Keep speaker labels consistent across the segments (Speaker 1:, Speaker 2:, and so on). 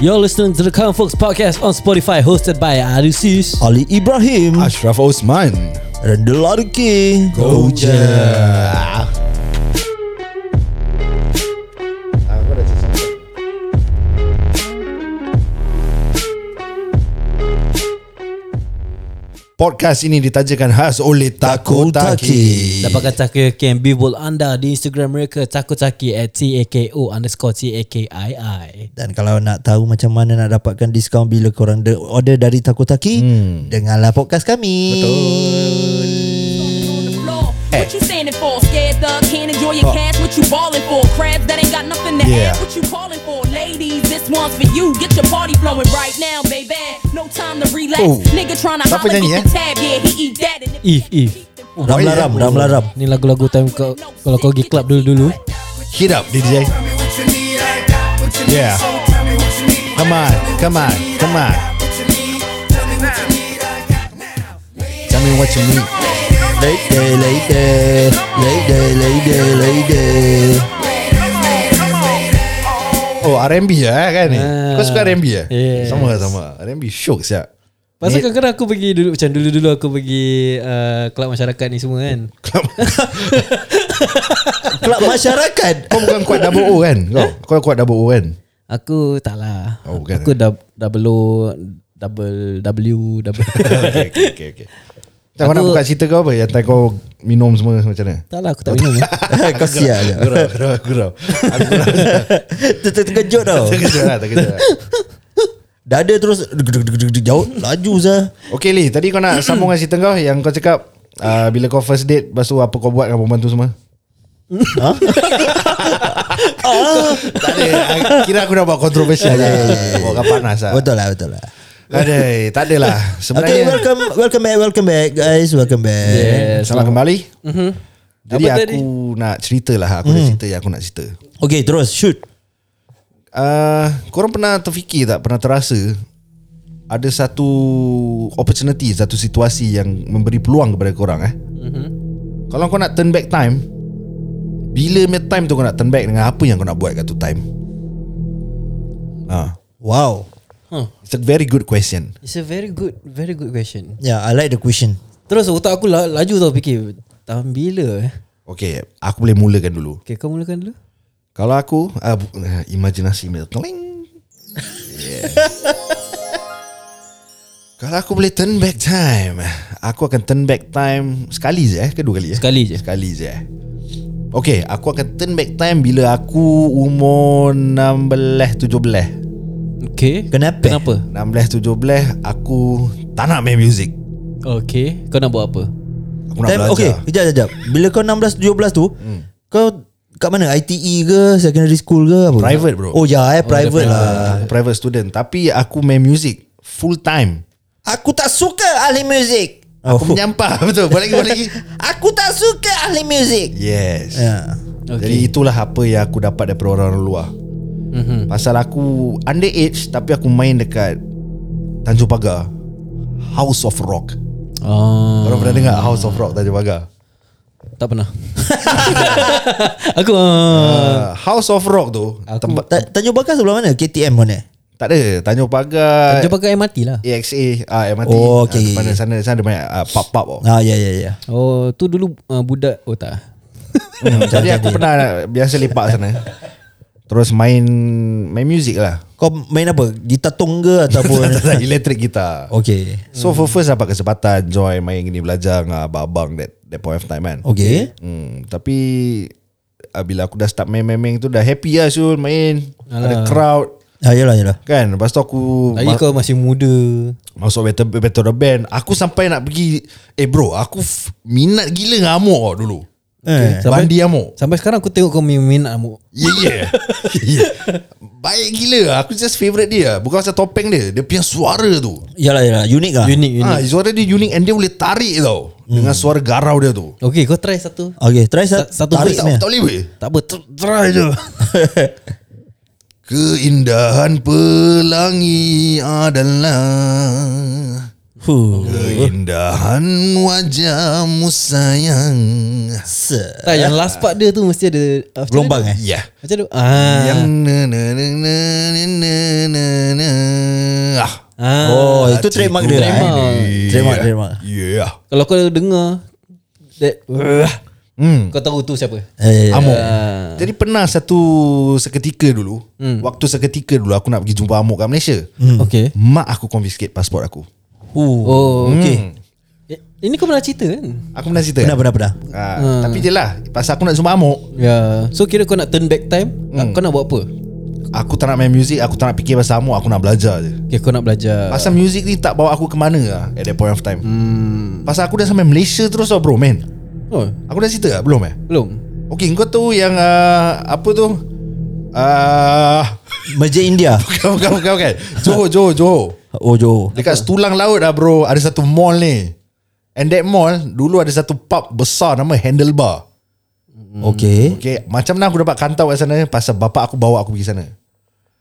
Speaker 1: You're listening to the Common Folks podcast on Spotify, hosted by Arisis.
Speaker 2: Ali Ibrahim
Speaker 3: Ashraf Osman
Speaker 2: Dan The Lari King
Speaker 3: Go je Podcast ini ditajakan khas oleh Takotaki.
Speaker 1: Dapatkan Takotaki and Bibul anda di Instagram mereka Takotaki at T-A-K-O underscore T-A-K-I-I
Speaker 2: Dan kalau nak tahu macam mana nak dapatkan diskaun bila korang de- order dari Takotaki hmm. Dengarlah podcast kami Betul
Speaker 4: What you standing for? Scared thug, can't enjoy your cash. What you ballin' for? Crabs that ain't got nothing to
Speaker 3: Yeah.
Speaker 4: add. What you callin' for? Ladies, this one's for you. Get your party flowing right now, baby. No time to relax.
Speaker 3: Oh.
Speaker 4: Nigga tryna
Speaker 3: Siapa
Speaker 4: holler,
Speaker 3: nyanyi,
Speaker 4: get
Speaker 3: eh?
Speaker 4: the tab. Yeah, he eat that. And if
Speaker 1: If, if
Speaker 2: Ram Laram, Ram Laram
Speaker 1: Ni lagu-lagu time kau, kalau kau pergi club dulu-dulu
Speaker 3: Hit up DJ Yeah Come on Come on Come on Tell me what you need
Speaker 2: Lady, lady, lady, lady, lady
Speaker 3: Oh R&B lah eh, kan ni
Speaker 1: Ah.
Speaker 3: Kau suka R&B lah
Speaker 1: Yes.
Speaker 3: Sama sama R&B syok siap
Speaker 1: Pasal kadang-kadang aku pergi dulu Macam dulu-dulu aku pergi uh, Club masyarakat ni semua kan
Speaker 2: Kelab masyarakat
Speaker 3: Kau bukan kuat double O kan Kau Kau kuat double O kan
Speaker 1: Aku tak lah
Speaker 3: Oh, bukan.
Speaker 1: Aku dub, double O Double W double
Speaker 3: Okay okay okay, okay. Tak kau nak
Speaker 1: Aku-
Speaker 3: buka cerita kau apa Yang time kau minum semua macam mana
Speaker 1: Tak lah aku tak minum ya.
Speaker 2: Kau siap je
Speaker 3: Gurau Gurau Gurau Aku gurau
Speaker 2: Ter- ter- Terkejut tau
Speaker 3: Terkejut lah Terkejut lah
Speaker 2: Dada terus Jauh Laju sah
Speaker 3: Okay Lee Tadi kau nak sambung dengan cerita kau Yang kau cakap uh, Bila kau first date Lepas tu apa kau buat Dengan perempuan tu semua Tak ada I- Kira aku nak buat kontroversial lah Buat kau panas lah
Speaker 2: Betul lah betul lah
Speaker 3: Adai, Tak adalah
Speaker 2: Okay
Speaker 3: Sebenarnya
Speaker 2: welcome Welcome back Welcome back guys Welcome back
Speaker 1: Yes.
Speaker 3: Selamat Eh, kembali Mhm. Jadi
Speaker 1: Apa tadi?
Speaker 3: aku nak cerita lah Aku nak cerita yang aku nak cerita
Speaker 2: Okay terus shoot
Speaker 3: uh, Korang pernah terfikir tak Pernah terasa Ada satu Opportunity Satu situasi yang Memberi peluang kepada korang eh Kalau kau nak turn back time Bila punya time tu kau nak turn back Dengan apa yang kau nak buat kat tu time ha.
Speaker 2: Wow
Speaker 3: It's a very good question
Speaker 1: It's a very good Very good question
Speaker 2: Yeah Ya, I like the question
Speaker 1: Terus otak aku la- laju tau fikir Tahun bila eh
Speaker 3: Okay Aku boleh mulakan dulu
Speaker 1: Okay kau mulakan dulu
Speaker 3: Kalau aku uh, bu- uh, Imajinasi mil Keling Yes. Kalau aku boleh turn back time Aku akan turn back time Sekali je eh Kedua kali eh
Speaker 1: Sekali je.
Speaker 3: Sekali je eh Okay Aku akan turn back time Bila aku umur 16-17
Speaker 1: Okay
Speaker 2: Kenapa?
Speaker 1: Kenapa?
Speaker 3: 16-17 Aku Tak nak main music
Speaker 1: Okay Kau nak buat apa?
Speaker 3: Aku nak
Speaker 2: Time,
Speaker 3: belajar
Speaker 2: okay, kejap, kejap. Bila kau 16 17 tu, hmm. kau kat mana? ITE ke secondary school ke apa?
Speaker 3: Private, bro.
Speaker 2: Oh ya, eh
Speaker 1: dia
Speaker 2: private lah.
Speaker 3: Aku Ah, private student Tapi aku main music Full time
Speaker 2: Aku tak suka ahli muzik.
Speaker 1: Oh.
Speaker 3: Aku menyampah Betul Buat lagi Buat lagi
Speaker 2: Aku tak suka ahli muzik.
Speaker 3: Yes
Speaker 2: Ya.
Speaker 1: Okay.
Speaker 3: Okay. Jadi itulah apa yang aku dapat daripada orang luar. Mm-hmm. Pasal aku underage tapi aku main dekat Tanjung Pagar. House of Rock.
Speaker 1: Oh,
Speaker 3: Korang pernah dengar House of Rock Tanjung Pagar?
Speaker 1: tak pernah Aku uh,
Speaker 3: Uh, House of Rock tu aku, tempat
Speaker 2: Ta- Tanjung Bakar sebelah mana? KTM mana?
Speaker 3: tak ada Tanjung Pagar.
Speaker 1: Jumpa kat MRT lah
Speaker 3: AXA ah MRT.
Speaker 2: Oh, okay.
Speaker 3: Ah, depan sana sana ada banyak ah, pub-pub. Oh.
Speaker 2: Ah ya ya ya.
Speaker 1: Oh tu dulu uh, budak Oh tak
Speaker 3: Hmm, jadi aku pernah biasa lepak sana. Terus main main music lah.
Speaker 2: Kau main apa? Gitar tong ke ataupun
Speaker 3: Electric gitar.
Speaker 2: Okay
Speaker 3: So for first dapat kesempatan join main gini belajar dengan abang-abang that, that point of time kan.
Speaker 2: Okay
Speaker 3: Hmm, tapi ah, bila aku dah start main-main tu dah happy lah Syul main. Alah. Ada crowd
Speaker 2: ah, Yalah yalah
Speaker 3: kan. Lepas tu aku
Speaker 1: Lagi
Speaker 3: ma-
Speaker 1: kau masih muda
Speaker 3: masuk battle, battle the band. Aku sampai nak pergi eh bro aku f- minat gila dengan amok tau dulu.
Speaker 2: eh.
Speaker 1: Sampai-
Speaker 3: Bandi amok.
Speaker 1: Sampai sekarang aku tengok kau main-main amuk
Speaker 3: Ya yeah, yeah. yeah. Baik gila Aku just favourite dia Bukan pasal topeng dia Dia punya suara tu
Speaker 2: Yalah yalah Unik lah
Speaker 1: Unik unik
Speaker 3: ha, Suara dia unik And dia boleh tarik tau Dengan suara garau dia tu
Speaker 1: Okay kau try satu
Speaker 2: Okay try sat-
Speaker 1: Satu
Speaker 2: tarik
Speaker 1: verse
Speaker 3: Tak,
Speaker 2: punya.
Speaker 3: tak boleh weh
Speaker 1: Tak apa tr- Try je
Speaker 3: Keindahan pelangi adalah
Speaker 2: Huh.
Speaker 3: Keindahan wajahmu sayang
Speaker 1: Tak yang last part dia tu Mesti ada ah, macam
Speaker 2: Gelombang
Speaker 1: mana?
Speaker 2: eh
Speaker 3: Ya yeah.
Speaker 1: Macam tu ah.
Speaker 3: Yang na na na na na na na na ah.
Speaker 1: ah.
Speaker 2: Oh itu trademark dia lah eh.
Speaker 3: Ya.
Speaker 2: Trademark, trademark. Eh,
Speaker 3: Yeah.
Speaker 1: Kalau kau dengar that,
Speaker 3: Hmm.
Speaker 1: Kau tahu tu siapa Ah.
Speaker 2: Eh,
Speaker 3: Amok. Ah. Jadi pernah satu seketika dulu,
Speaker 2: Hmm.
Speaker 3: waktu seketika dulu aku nak pergi jumpa Amok kat Malaysia.
Speaker 1: Okay
Speaker 3: Mak aku confiscate pasport aku.
Speaker 1: Oh okay Eh, Ini kau pernah cerita kan
Speaker 3: Aku pernah cerita.
Speaker 2: Pernah
Speaker 3: Kan?
Speaker 2: pernah pernah
Speaker 3: Ha, Tapi je lah, pasal aku nak jumpa Amok,
Speaker 1: Ya So kira kau nak turn back time hmm. Kau nak buat apa
Speaker 3: aku tak nak main muzik, aku tak nak fikir pasal Amok, aku nak belajar je.
Speaker 1: Okay kau nak belajar
Speaker 3: Pasal muzik ni tak bawa aku ke mana lah at that point of time. Hmm. Pasal aku dah sampai Malaysia terus tau bro man.
Speaker 1: Oh
Speaker 3: Aku dah cerita tak? Belum eh?
Speaker 1: Belum
Speaker 3: Okay kau tahu yang uh, apa tu? Ah,
Speaker 2: Masjid India
Speaker 3: bukan bukan bukan bukan. Johor Johor Johor.
Speaker 2: Oh Johor
Speaker 3: Dekat setulang laut lah bro Ada satu mall ni And that mall Dulu ada satu pub besar Nama Handlebar Hmm.
Speaker 2: Okay
Speaker 3: Okay Macam mana aku dapat kantau kat sana Pasal bapak aku bawa aku pergi sana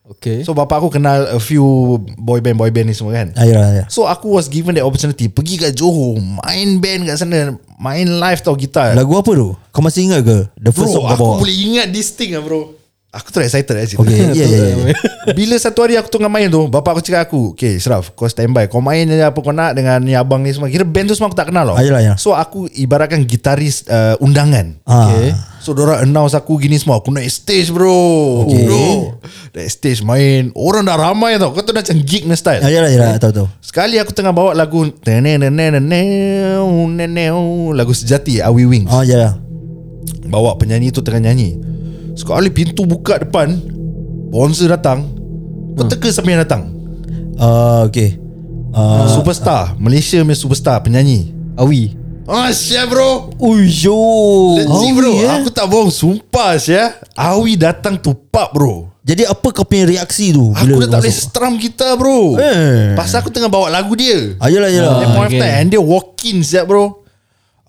Speaker 1: Okay so,
Speaker 3: So bapak aku kenal A few boy band Boy band ni semua kan
Speaker 2: Ayolah ayolah
Speaker 3: So aku was given that opportunity Pergi kat Johor Main band kat sana Main live tau gitar
Speaker 2: Lagu apa tu? Kau masih ingat ke? The first
Speaker 3: Bro
Speaker 2: song kau
Speaker 3: aku
Speaker 2: bawa
Speaker 3: boleh ingat this thing lah bro Aku tu excited lah cerita
Speaker 2: Okay Ya ya ya
Speaker 3: Bila satu hari aku tengah main tu Bapak aku cakap aku Okay Sraf Kau standby Kau main je apa kau nak Dengan ni abang ni semua Kira band tu semua aku tak kenal tau
Speaker 2: Ah, yelah, yelah.
Speaker 3: So aku ibaratkan gitaris uh, undangan
Speaker 1: Ah.
Speaker 2: Okay
Speaker 3: So diorang announce aku gini semua Aku naik stage bro okay. Bro Naik stage main Orang dah ramai tau Kau tu dah macam gig ni style
Speaker 2: Ayolah ayolah lah, ya Tahu tahu
Speaker 3: Sekali aku tengah bawa lagu Lagu sejati Awi Wings
Speaker 2: Oh ya
Speaker 3: Bawa penyanyi tu tengah nyanyi Sekali pintu buka depan Bonzer datang Kau
Speaker 2: Hmm.
Speaker 3: teka siapa yang datang
Speaker 2: Ah, Okay Ah,
Speaker 3: Superstar Malaysia punya superstar Penyanyi
Speaker 1: Awi
Speaker 3: Ah Syah bro
Speaker 1: Uyo
Speaker 3: Legit bro
Speaker 2: Awi, eh?
Speaker 3: Aku tak bohong Sumpah Syah Awi datang to pub bro
Speaker 2: Jadi apa kau punya reaksi tu
Speaker 3: Aku dah tak boleh
Speaker 2: masuk?
Speaker 3: strum gitar bro
Speaker 2: Eh.
Speaker 3: Pasal aku tengah bawa lagu dia
Speaker 2: Ah, Ayolah ayolah
Speaker 3: That point of
Speaker 1: okay.
Speaker 3: time And dia walk in Syah bro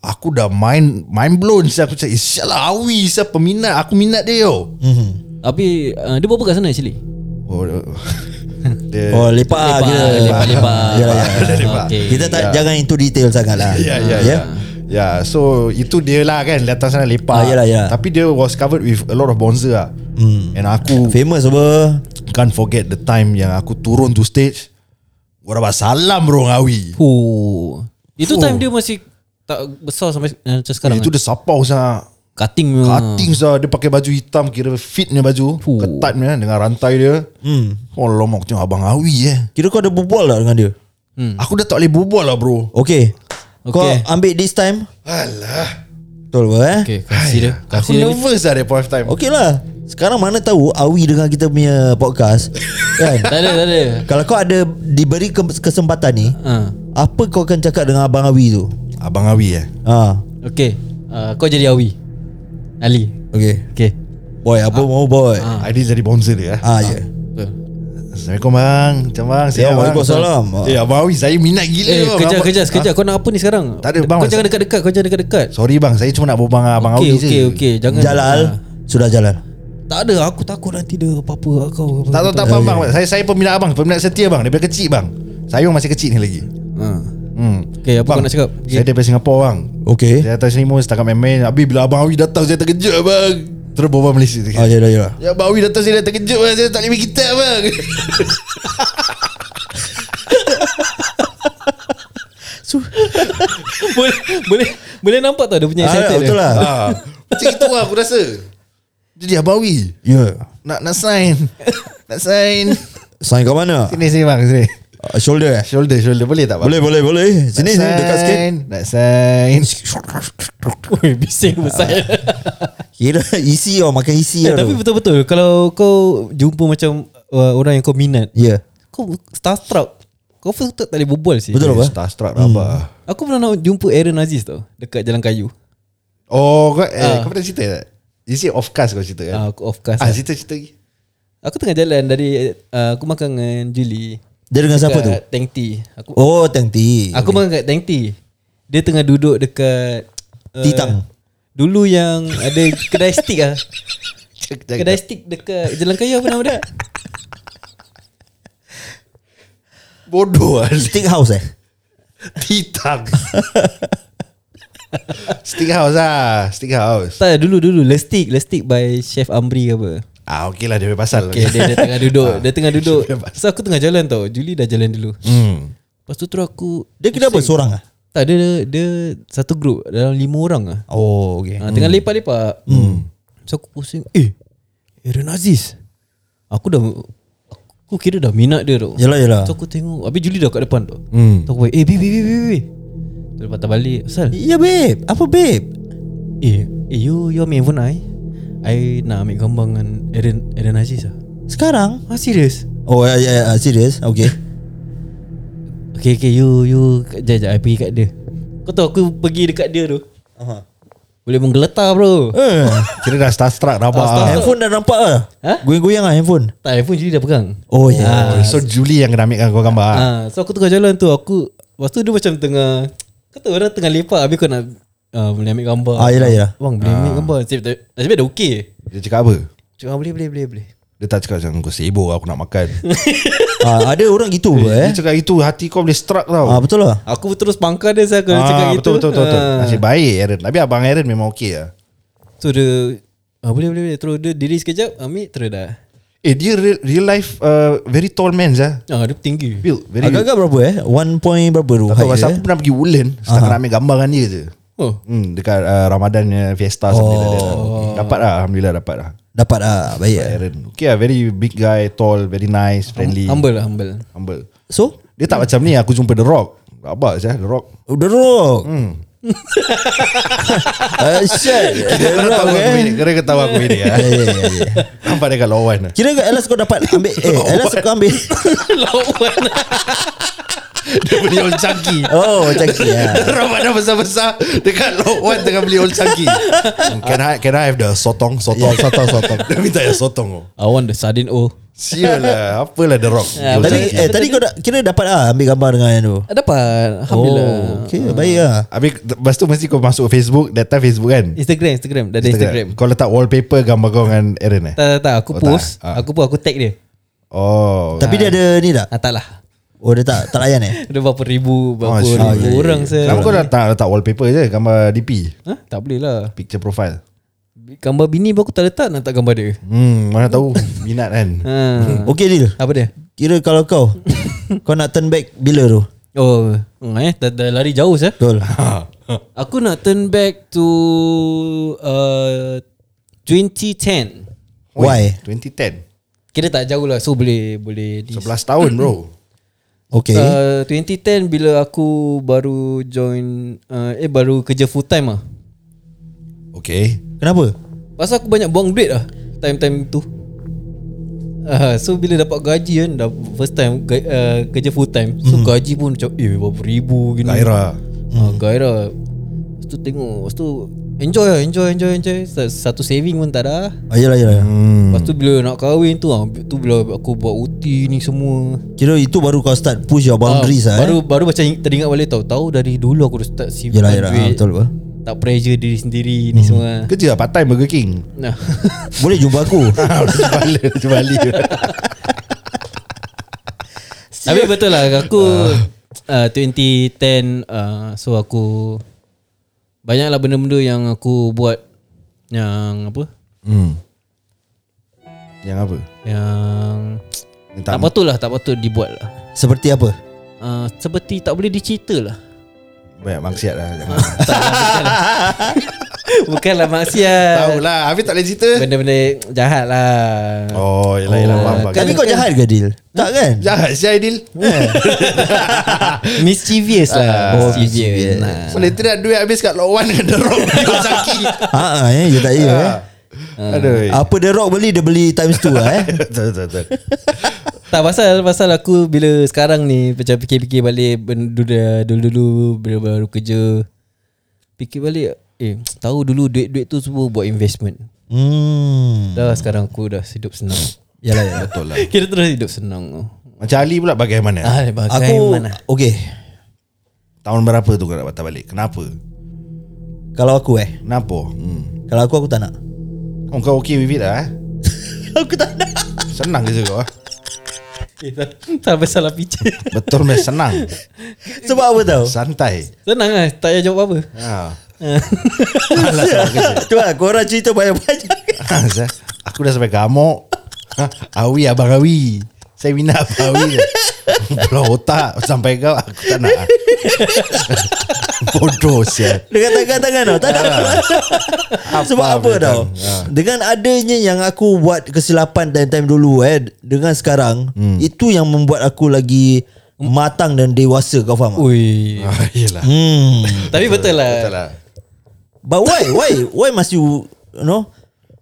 Speaker 3: Aku dah mind Mind blown Syah Aku cakap Syah lah Awi Syah peminat Aku minat dia yo
Speaker 2: Hmm.
Speaker 1: Tapi uh, Dia buat apa kat sana actually
Speaker 3: Oh, dia,
Speaker 2: Oh lepak
Speaker 1: Ah,
Speaker 2: lah kira
Speaker 1: Lepak-lepak Ah,
Speaker 2: Yalah, yalah.
Speaker 3: Lepak.
Speaker 1: Okay
Speaker 2: Kita tak jangan into detail sangat lah
Speaker 3: Ya ya ya. Ya, so itu dia lah kan datang sana lepak.
Speaker 2: Ah, yalah, yalah.
Speaker 3: Tapi dia was covered with a lot of bonzer lah. Hmm. And aku
Speaker 2: Famous apa
Speaker 3: can't forget the time yang aku turun to stage. Gua dapat salam bro Ngawi.
Speaker 1: Fuh. Itu
Speaker 2: Fuh.
Speaker 1: time dia masih tak besar sampai uh, macam sekarang.
Speaker 3: Itu
Speaker 1: Itu
Speaker 3: dia sapau sah.
Speaker 1: cutting punya.
Speaker 3: Cutting sah dia pakai baju hitam kira fitnya baju,
Speaker 1: Hmm. Fuh.
Speaker 3: ketat punya dengan rantai dia. Hmm. Oh lomok tengok abang Ngawi eh.
Speaker 2: Kira kau ada berbual lah dengan dia
Speaker 1: Hmm.
Speaker 3: Aku dah tak boleh berbual lah bro.
Speaker 2: Okay Kau
Speaker 1: Okay.
Speaker 2: ambil this time
Speaker 3: Alah.
Speaker 2: Betul apa eh
Speaker 1: Okay, consider.
Speaker 3: Aku
Speaker 1: Consider. ni.
Speaker 3: nervous lah that point of time.
Speaker 2: Okey lah Sekarang mana tahu Awi dengar kita punya podcast
Speaker 1: Tak
Speaker 2: kan?
Speaker 1: ada, tak ada.
Speaker 2: Kalau kau ada Diberi ke- kesempatan ni
Speaker 1: Ha.
Speaker 2: Apa kau akan cakap dengan Abang Awi tu
Speaker 3: Abang Ngawi eh.
Speaker 2: Ha
Speaker 1: Okay. Uh, kau jadi Awi. Ali.
Speaker 2: Okay
Speaker 1: Okay.
Speaker 2: Boy
Speaker 1: Ah.
Speaker 2: apa mau boy
Speaker 3: Aidil jadi bonzer dia eh.
Speaker 2: Ah ya
Speaker 1: Betul.
Speaker 3: Assalamualaikum bang Macam bang Sihat
Speaker 2: Ya,
Speaker 3: bang
Speaker 2: Waalaikumsalam.
Speaker 3: Eh Abang Awi Saya minat gila
Speaker 1: Eh,
Speaker 3: bang.
Speaker 1: kejap,
Speaker 3: Abang-
Speaker 1: kejap,
Speaker 3: Ha?
Speaker 1: kejap. Kau nak apa ni sekarang?
Speaker 3: Tak ada, bang.
Speaker 1: Kau jangan dekat-dekat. Kau jangan dekat-dekat.
Speaker 3: Sorry bang Saya cuma nak berbual dengan Abang
Speaker 1: Okay,
Speaker 3: Awi
Speaker 1: okay,
Speaker 3: je
Speaker 1: okay. Jangan. Ah.
Speaker 2: Jalal Sudah Jalal
Speaker 1: Tak ada. Aku takut nanti dia apa-apa kat kau.
Speaker 3: Tak tahu tak apa bang
Speaker 1: Eh.
Speaker 3: Saya saya peminat abang Peminat setia bang Daripada kecil bang Sayung masih kecil ni lagi
Speaker 1: Ha.
Speaker 3: Hmm
Speaker 1: Okay, apa kau nak cakap?
Speaker 3: Saya daripada Singapura bang
Speaker 2: Okay
Speaker 3: Saya datang sini pun setakat main-main Habis bila Abang Awi datang Saya terkejut bang Terus berbual Malaysia
Speaker 2: Ah ya dah ya dah.
Speaker 3: Ya Abang Awi datang Saya dah terkejut bang Saya tak boleh main gitar bang
Speaker 1: boleh, boleh, boleh nampak tak dia punya
Speaker 2: Ah,
Speaker 1: excited
Speaker 2: Betul
Speaker 1: dia?
Speaker 2: lah
Speaker 3: ha. Macam itu lah aku rasa Jadi Abang Awi
Speaker 2: Ya
Speaker 3: Nak nak sign Nak sign
Speaker 2: Sign kat mana
Speaker 3: Sini sini bang sini
Speaker 2: Ah, Shoulder eh
Speaker 3: Shoulder shoulder Boleh tak bang
Speaker 2: Boleh boleh boleh Sini sini dekat sikit
Speaker 3: Nak sign
Speaker 1: Ui, bising
Speaker 3: Ah,
Speaker 1: besar.
Speaker 2: Kira isi oh Makan isi
Speaker 1: Eh,
Speaker 2: lah
Speaker 1: tapi
Speaker 2: tu.
Speaker 1: betul-betul kalau kau jumpa macam uh, orang yang kau minat,
Speaker 2: Ya
Speaker 1: kau starstruck. Kau first tak, tak boleh berbual sih.
Speaker 2: Betul apa
Speaker 3: Starstruck hmm. apa
Speaker 1: Aku pernah nak jumpa Aaron Aziz tau dekat Jalan Kayu.
Speaker 3: Oh kau, eh, kau pernah cerita tak Is it of course kau cerita kan
Speaker 1: Ah, aku of course.
Speaker 3: Ah
Speaker 1: lah.
Speaker 3: cerita cerita lagi
Speaker 1: Aku tengah jalan dari uh, aku makan dengan Julie.
Speaker 2: Dia dengan siapa tu
Speaker 1: dekat Tank Tea. Aku
Speaker 2: Oh Tang Ti
Speaker 1: aku makan kat Tank Tea. Dia tengah duduk dekat uh,
Speaker 2: Titang.
Speaker 1: Dulu yang ada kedai stick ah.
Speaker 3: Cek, cek,
Speaker 1: Kedai stick dekat Jalan Kayu apa nama dia?
Speaker 3: Bodoh lah ah.
Speaker 2: Stick House eh
Speaker 3: Titang Stick house lah Stick house
Speaker 1: Tak dulu dulu Lestik Lestik by Chef Amri ke apa
Speaker 3: Ah okey lah dia punya pasal Ah,
Speaker 1: Okay dia, dia tengah duduk
Speaker 2: Ah,
Speaker 1: Dia tengah duduk So aku tengah jalan tau Julie dah jalan dulu hmm. Lepas tu terus aku
Speaker 2: Dia kena apa seorang ah?
Speaker 1: Tak dia, dia, dia Satu group Dalam lima orang lah
Speaker 2: Oh okay.
Speaker 1: ha, Tengah lepak-lepak hmm. So aku pusing Eh Aaron Aziz Aku dah Aku kira dah minat dia tau
Speaker 2: Yalah, yalah.
Speaker 1: So aku tengok Habis Julie dah kat depan tau Ya. hmm. So aku eh babe babe babe babe Terus patah balik Asal
Speaker 2: Ya babe, apa babe?
Speaker 1: Eh eh you You ambil handphone I I nak ambil gambar dengan Aaron, Aaron Aziz lah
Speaker 2: Sekarang?
Speaker 1: Ah serius
Speaker 2: Oh ya ya, ya serius. Okay.
Speaker 1: Okay okay you you Sekejap sekejap I pergi kat dia Kau tahu aku pergi dekat dia tu
Speaker 2: Aha.
Speaker 1: Boleh menggeletar bro
Speaker 2: Eh,
Speaker 3: Kira dah starstruck rabak
Speaker 1: Starstruck.
Speaker 3: ah.
Speaker 2: handphone dah nampak ah.
Speaker 1: Ha?
Speaker 2: Goyang-goyang ah handphone.
Speaker 1: Tak handphone Julie dah pegang
Speaker 2: Oh ya. Yeah.
Speaker 3: Oh, So Julie yang kena ambilkan kau gambar ah.
Speaker 1: Ah, so aku tengah jalan tu aku lepas tu dia macam tengah kata orang tengah lepak habis kau nak ah, boleh ambil gambar.
Speaker 2: Ah,
Speaker 3: ya.
Speaker 2: yelah, yelah.
Speaker 1: Bang boleh ambil gambar. Nasib baik- nasib baik dah okey.
Speaker 3: Dia cakap apa?
Speaker 1: Cuma boleh boleh boleh boleh.
Speaker 3: Dia tak cakap macam kau sibuk aku nak makan
Speaker 2: Ah, ada orang gitu
Speaker 3: Dia
Speaker 2: eh.
Speaker 3: cakap itu hati kau boleh struck tau
Speaker 2: Ah betul lah.
Speaker 1: Aku terus pangkal dia saya kalau dia
Speaker 3: Ah,
Speaker 1: cakap
Speaker 3: betul,
Speaker 1: gitu.
Speaker 3: betul, betul, betul.
Speaker 1: Ah.
Speaker 3: Nasib baik Aaron Tapi abang Aaron memang okey lah
Speaker 1: So dia ah, boleh boleh boleh terus dia diri sekejap ambil terus dah.
Speaker 3: Eh dia real, real life uh, Very tall man lah
Speaker 1: Ah dia tinggi.
Speaker 3: Build very
Speaker 2: Agak-agak berapa eh? One point berapa tu? eh?
Speaker 3: Kau
Speaker 2: height
Speaker 1: eh?
Speaker 3: pasal
Speaker 2: dia,
Speaker 3: aku pernah pergi Woodland Setengah nak ambil gambar dengan dia je
Speaker 1: Oh.
Speaker 3: Hmm, dekat uh, Ramadan uh, Fiesta oh. like that lah. Dapat lah Alhamdulillah dapat lah
Speaker 2: eh? Dapat ah baik. eh.
Speaker 3: Aaron Okay lah very big guy Tall Very nice Friendly
Speaker 1: Humble lah humble.
Speaker 3: Humble
Speaker 2: So,
Speaker 3: Dia tak macam ni Aku jumpa The Rock Rabak saya The Rock
Speaker 2: oh, The Rock. Hmm. uh, shit. The
Speaker 3: Kira
Speaker 2: Rock
Speaker 3: ketawa aku
Speaker 2: eh.
Speaker 3: bedek Kira ketawa aku bedek ah.
Speaker 2: Ya ya ya, ya.
Speaker 3: Nampak dia kat lawan lah.
Speaker 2: Kira kat Elas kau dapat ambil eh Elas kau ambil.
Speaker 1: Lawan.
Speaker 3: Dia beli old chunky
Speaker 2: Oh, cakap ya.
Speaker 3: Ramadan besar-besar Dekat lawan Tengah beli old chunky Hmm, Can I can I have the sotong Sotong
Speaker 2: Ya, sotong, sotong.
Speaker 3: Dia minta yang sotong oh.
Speaker 1: I want the sardine oh.
Speaker 3: Sial lah Apalah The Rock
Speaker 1: Ya,
Speaker 3: Old
Speaker 2: Tadi
Speaker 3: chunky.
Speaker 2: eh tadi kau dah, kira dapat ah ambil gambar dengan yang tu.
Speaker 1: Ah, Dapat Alhamdulillah
Speaker 2: Oh, okay, baik ah.
Speaker 3: Habis lepas tu mesti kau masuk Facebook That time Facebook kan
Speaker 1: Instagram Instagram Dah ada Instagram,
Speaker 3: Kau letak wallpaper gambar kau dengan Aaron eh
Speaker 1: Tak tak tak Aku
Speaker 3: Oh, tak,
Speaker 1: post
Speaker 3: eh? Ah.
Speaker 1: Aku pun aku tag dia
Speaker 3: Oh
Speaker 2: Tapi dia ada ni tak?
Speaker 1: ah, Tak lah
Speaker 2: Oh, dia tak tak layan eh.
Speaker 1: Ada berapa ribu Berapa
Speaker 3: shit.
Speaker 1: ribu
Speaker 2: Ah, ya,
Speaker 1: orang saya
Speaker 3: Kenapa kau letak, letak wallpaper je Gambar DP
Speaker 1: ha? Tak boleh lah
Speaker 3: Picture profile
Speaker 1: Gambar bini pun aku tak letak Nak tak gambar dia
Speaker 3: Hmm mana tahu Minat kan
Speaker 1: ha.
Speaker 2: Okey deal.
Speaker 1: Apa dia
Speaker 2: Kira kalau kau kau nak turn back bila tu?
Speaker 1: Oh hmm, eh, dah, dah lari jauh saya
Speaker 2: Betul.
Speaker 1: Aku nak turn back to uh, 2010
Speaker 3: Oi,
Speaker 2: Why?
Speaker 3: 2010
Speaker 1: Kira tak jauh lah So boleh boleh di,
Speaker 3: 11 tahun bro
Speaker 2: Okey.
Speaker 1: uh, 2010 bila aku baru join uh, Eh baru kerja full time lah
Speaker 3: Okay
Speaker 2: Kenapa?
Speaker 1: Pasal aku banyak buang duit lah Time-time tu uh, So bila dapat gaji kan dah First time ga, uh, kerja full time So
Speaker 2: Mhm.
Speaker 1: mm. gaji pun macam Eh berapa ribu gini
Speaker 2: Ah.
Speaker 3: Gairah
Speaker 1: uh, Gairah Lepas tu tengok Lepas tu Enjoy lah enjoy enjoy enjoy Sa- Satu saving pun tak ada
Speaker 2: Ayolah ayolah.
Speaker 3: Hmm
Speaker 2: Mhm.
Speaker 1: Lepas tu bila nak kahwin tu ah, Tu bila aku buat OT ni semua
Speaker 2: Kira itu baru kau start push your boundaries
Speaker 1: Ah,
Speaker 2: ah.
Speaker 1: Baru
Speaker 2: eh?
Speaker 1: baru macam ing- teringat balik tau Tahu dari dulu aku dah start simpan
Speaker 2: Yelah yelah ah,
Speaker 1: duit
Speaker 2: betul Mhm. apa?
Speaker 1: Tak pressure diri sendiri ni semua
Speaker 3: Kerja lah part time Burger King
Speaker 1: Nah
Speaker 2: Boleh jumpa aku.
Speaker 3: Balik Balik
Speaker 1: Tapi betul lah aku uh, 2010 uh, so aku banyaklah benda-benda yang aku buat yang apa?
Speaker 3: hmm. Yang apa
Speaker 1: Yang
Speaker 3: Yang
Speaker 1: tak, patut lah, tak patut dibuat lah.
Speaker 2: Seperti apa?
Speaker 1: Uh, seperti tak boleh dicerita lah.
Speaker 3: Banyak maksiat lah jangan.
Speaker 1: Bukanlah maksiat.
Speaker 3: Tahu lah Habis tak boleh cerita
Speaker 1: Benda-benda jahat lah.
Speaker 3: Oh yelah yelah
Speaker 1: Oh,
Speaker 3: faham, faham.
Speaker 2: Tapi
Speaker 1: kan-
Speaker 2: kau jahat ke deal? Tak kan?
Speaker 3: Jahat si Aidil
Speaker 1: Mischievous lah.
Speaker 2: Oh,
Speaker 1: mischievous.
Speaker 2: mischievous.
Speaker 1: Nah.
Speaker 3: Boleh tidak duit habis kat Lot 1 Kena rock Kau caki
Speaker 2: Ha ah eh, ya tak ya eh.
Speaker 3: Aduh
Speaker 2: Apa The Rock beli dia beli times 2 lah eh.
Speaker 3: Betul betul betul
Speaker 1: Tak pasal pasal aku bila sekarang ni macam fikir-fikir balik ben- dulu- dulu-dulu bila baru kerja fikir balik eh tahu dulu duit-duit tu semua buat investment.
Speaker 2: Hmm.
Speaker 1: Dah sekarang aku dah hidup senang.
Speaker 2: Yalah yalah.
Speaker 3: Betul lah
Speaker 1: Kira terus hidup senang.
Speaker 3: Macam Ali pula bagaimana
Speaker 1: Ah, bagai
Speaker 2: Aku
Speaker 1: mana?
Speaker 2: okey.
Speaker 3: Tahun berapa tu kau nak patah balik Kenapa
Speaker 2: Kalau aku eh.
Speaker 3: Kenapa hmm.
Speaker 2: Kalau aku aku tak nak.
Speaker 3: oh, Kau okay with it lah eh?
Speaker 2: aku tak nak.
Speaker 3: Senang kerja kau eh?
Speaker 1: Eh, tak, tak habis salah picture
Speaker 3: Betul meh senang
Speaker 2: Sebab apa tau
Speaker 3: Santai
Speaker 1: Senang lah Tak payah jawab apa
Speaker 2: Ah.
Speaker 3: ha. Malas nak kerja
Speaker 2: Tu lah korang cerita banyak-banyak
Speaker 3: Ah, Zah, Aku dah sampai gamuk Ah, Awi Abang Awi Saya minat Abang Awi je. Belah otak Sampai kau Aku tak nak Bodoh siap
Speaker 2: Dengan tangan-tangan tau Tak ada apa Sebab
Speaker 3: Apa
Speaker 2: apa
Speaker 3: boleh
Speaker 2: tau
Speaker 3: tahu? Ha.
Speaker 2: Dengan adanya yang aku buat kesilapan Time-time dulu eh Dengan sekarang
Speaker 3: Hmm.
Speaker 2: Itu yang membuat aku lagi Matang dan dewasa Kau faham tak?
Speaker 1: Ui
Speaker 3: ah, Yelah
Speaker 2: Hmm.
Speaker 1: Tapi betul lah
Speaker 3: Betul lah
Speaker 2: But why Why Why must you You know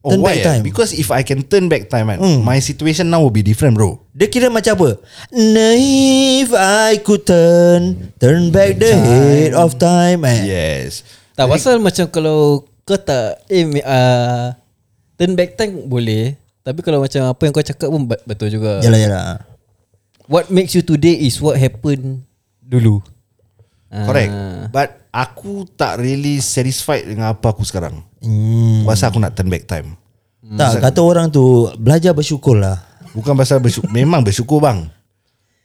Speaker 3: Oh
Speaker 2: Turn
Speaker 3: why
Speaker 2: back time Hmm.
Speaker 3: eh? Because if I can turn back time kan, My situation now will be different bro
Speaker 2: Dia kira macam apa? If I could turn Turn back the head of time eh.
Speaker 3: Yes
Speaker 1: Tak pasal macam kalau Kau tak eh, uh, Turn back time boleh Tapi kalau macam Apa yang kau cakap pun bet- Betul juga
Speaker 2: Yalah yalah
Speaker 1: What makes you today Is what happen Dulu Ah,
Speaker 3: Correct
Speaker 2: Ah.
Speaker 3: But Aku tak really satisfied Dengan apa aku sekarang
Speaker 2: hmm.
Speaker 3: Pasal aku nak turn back time
Speaker 2: Tak kata orang tu Belajar bersyukur lah
Speaker 3: Bukan pasal bersyukur Memang bersyukur bang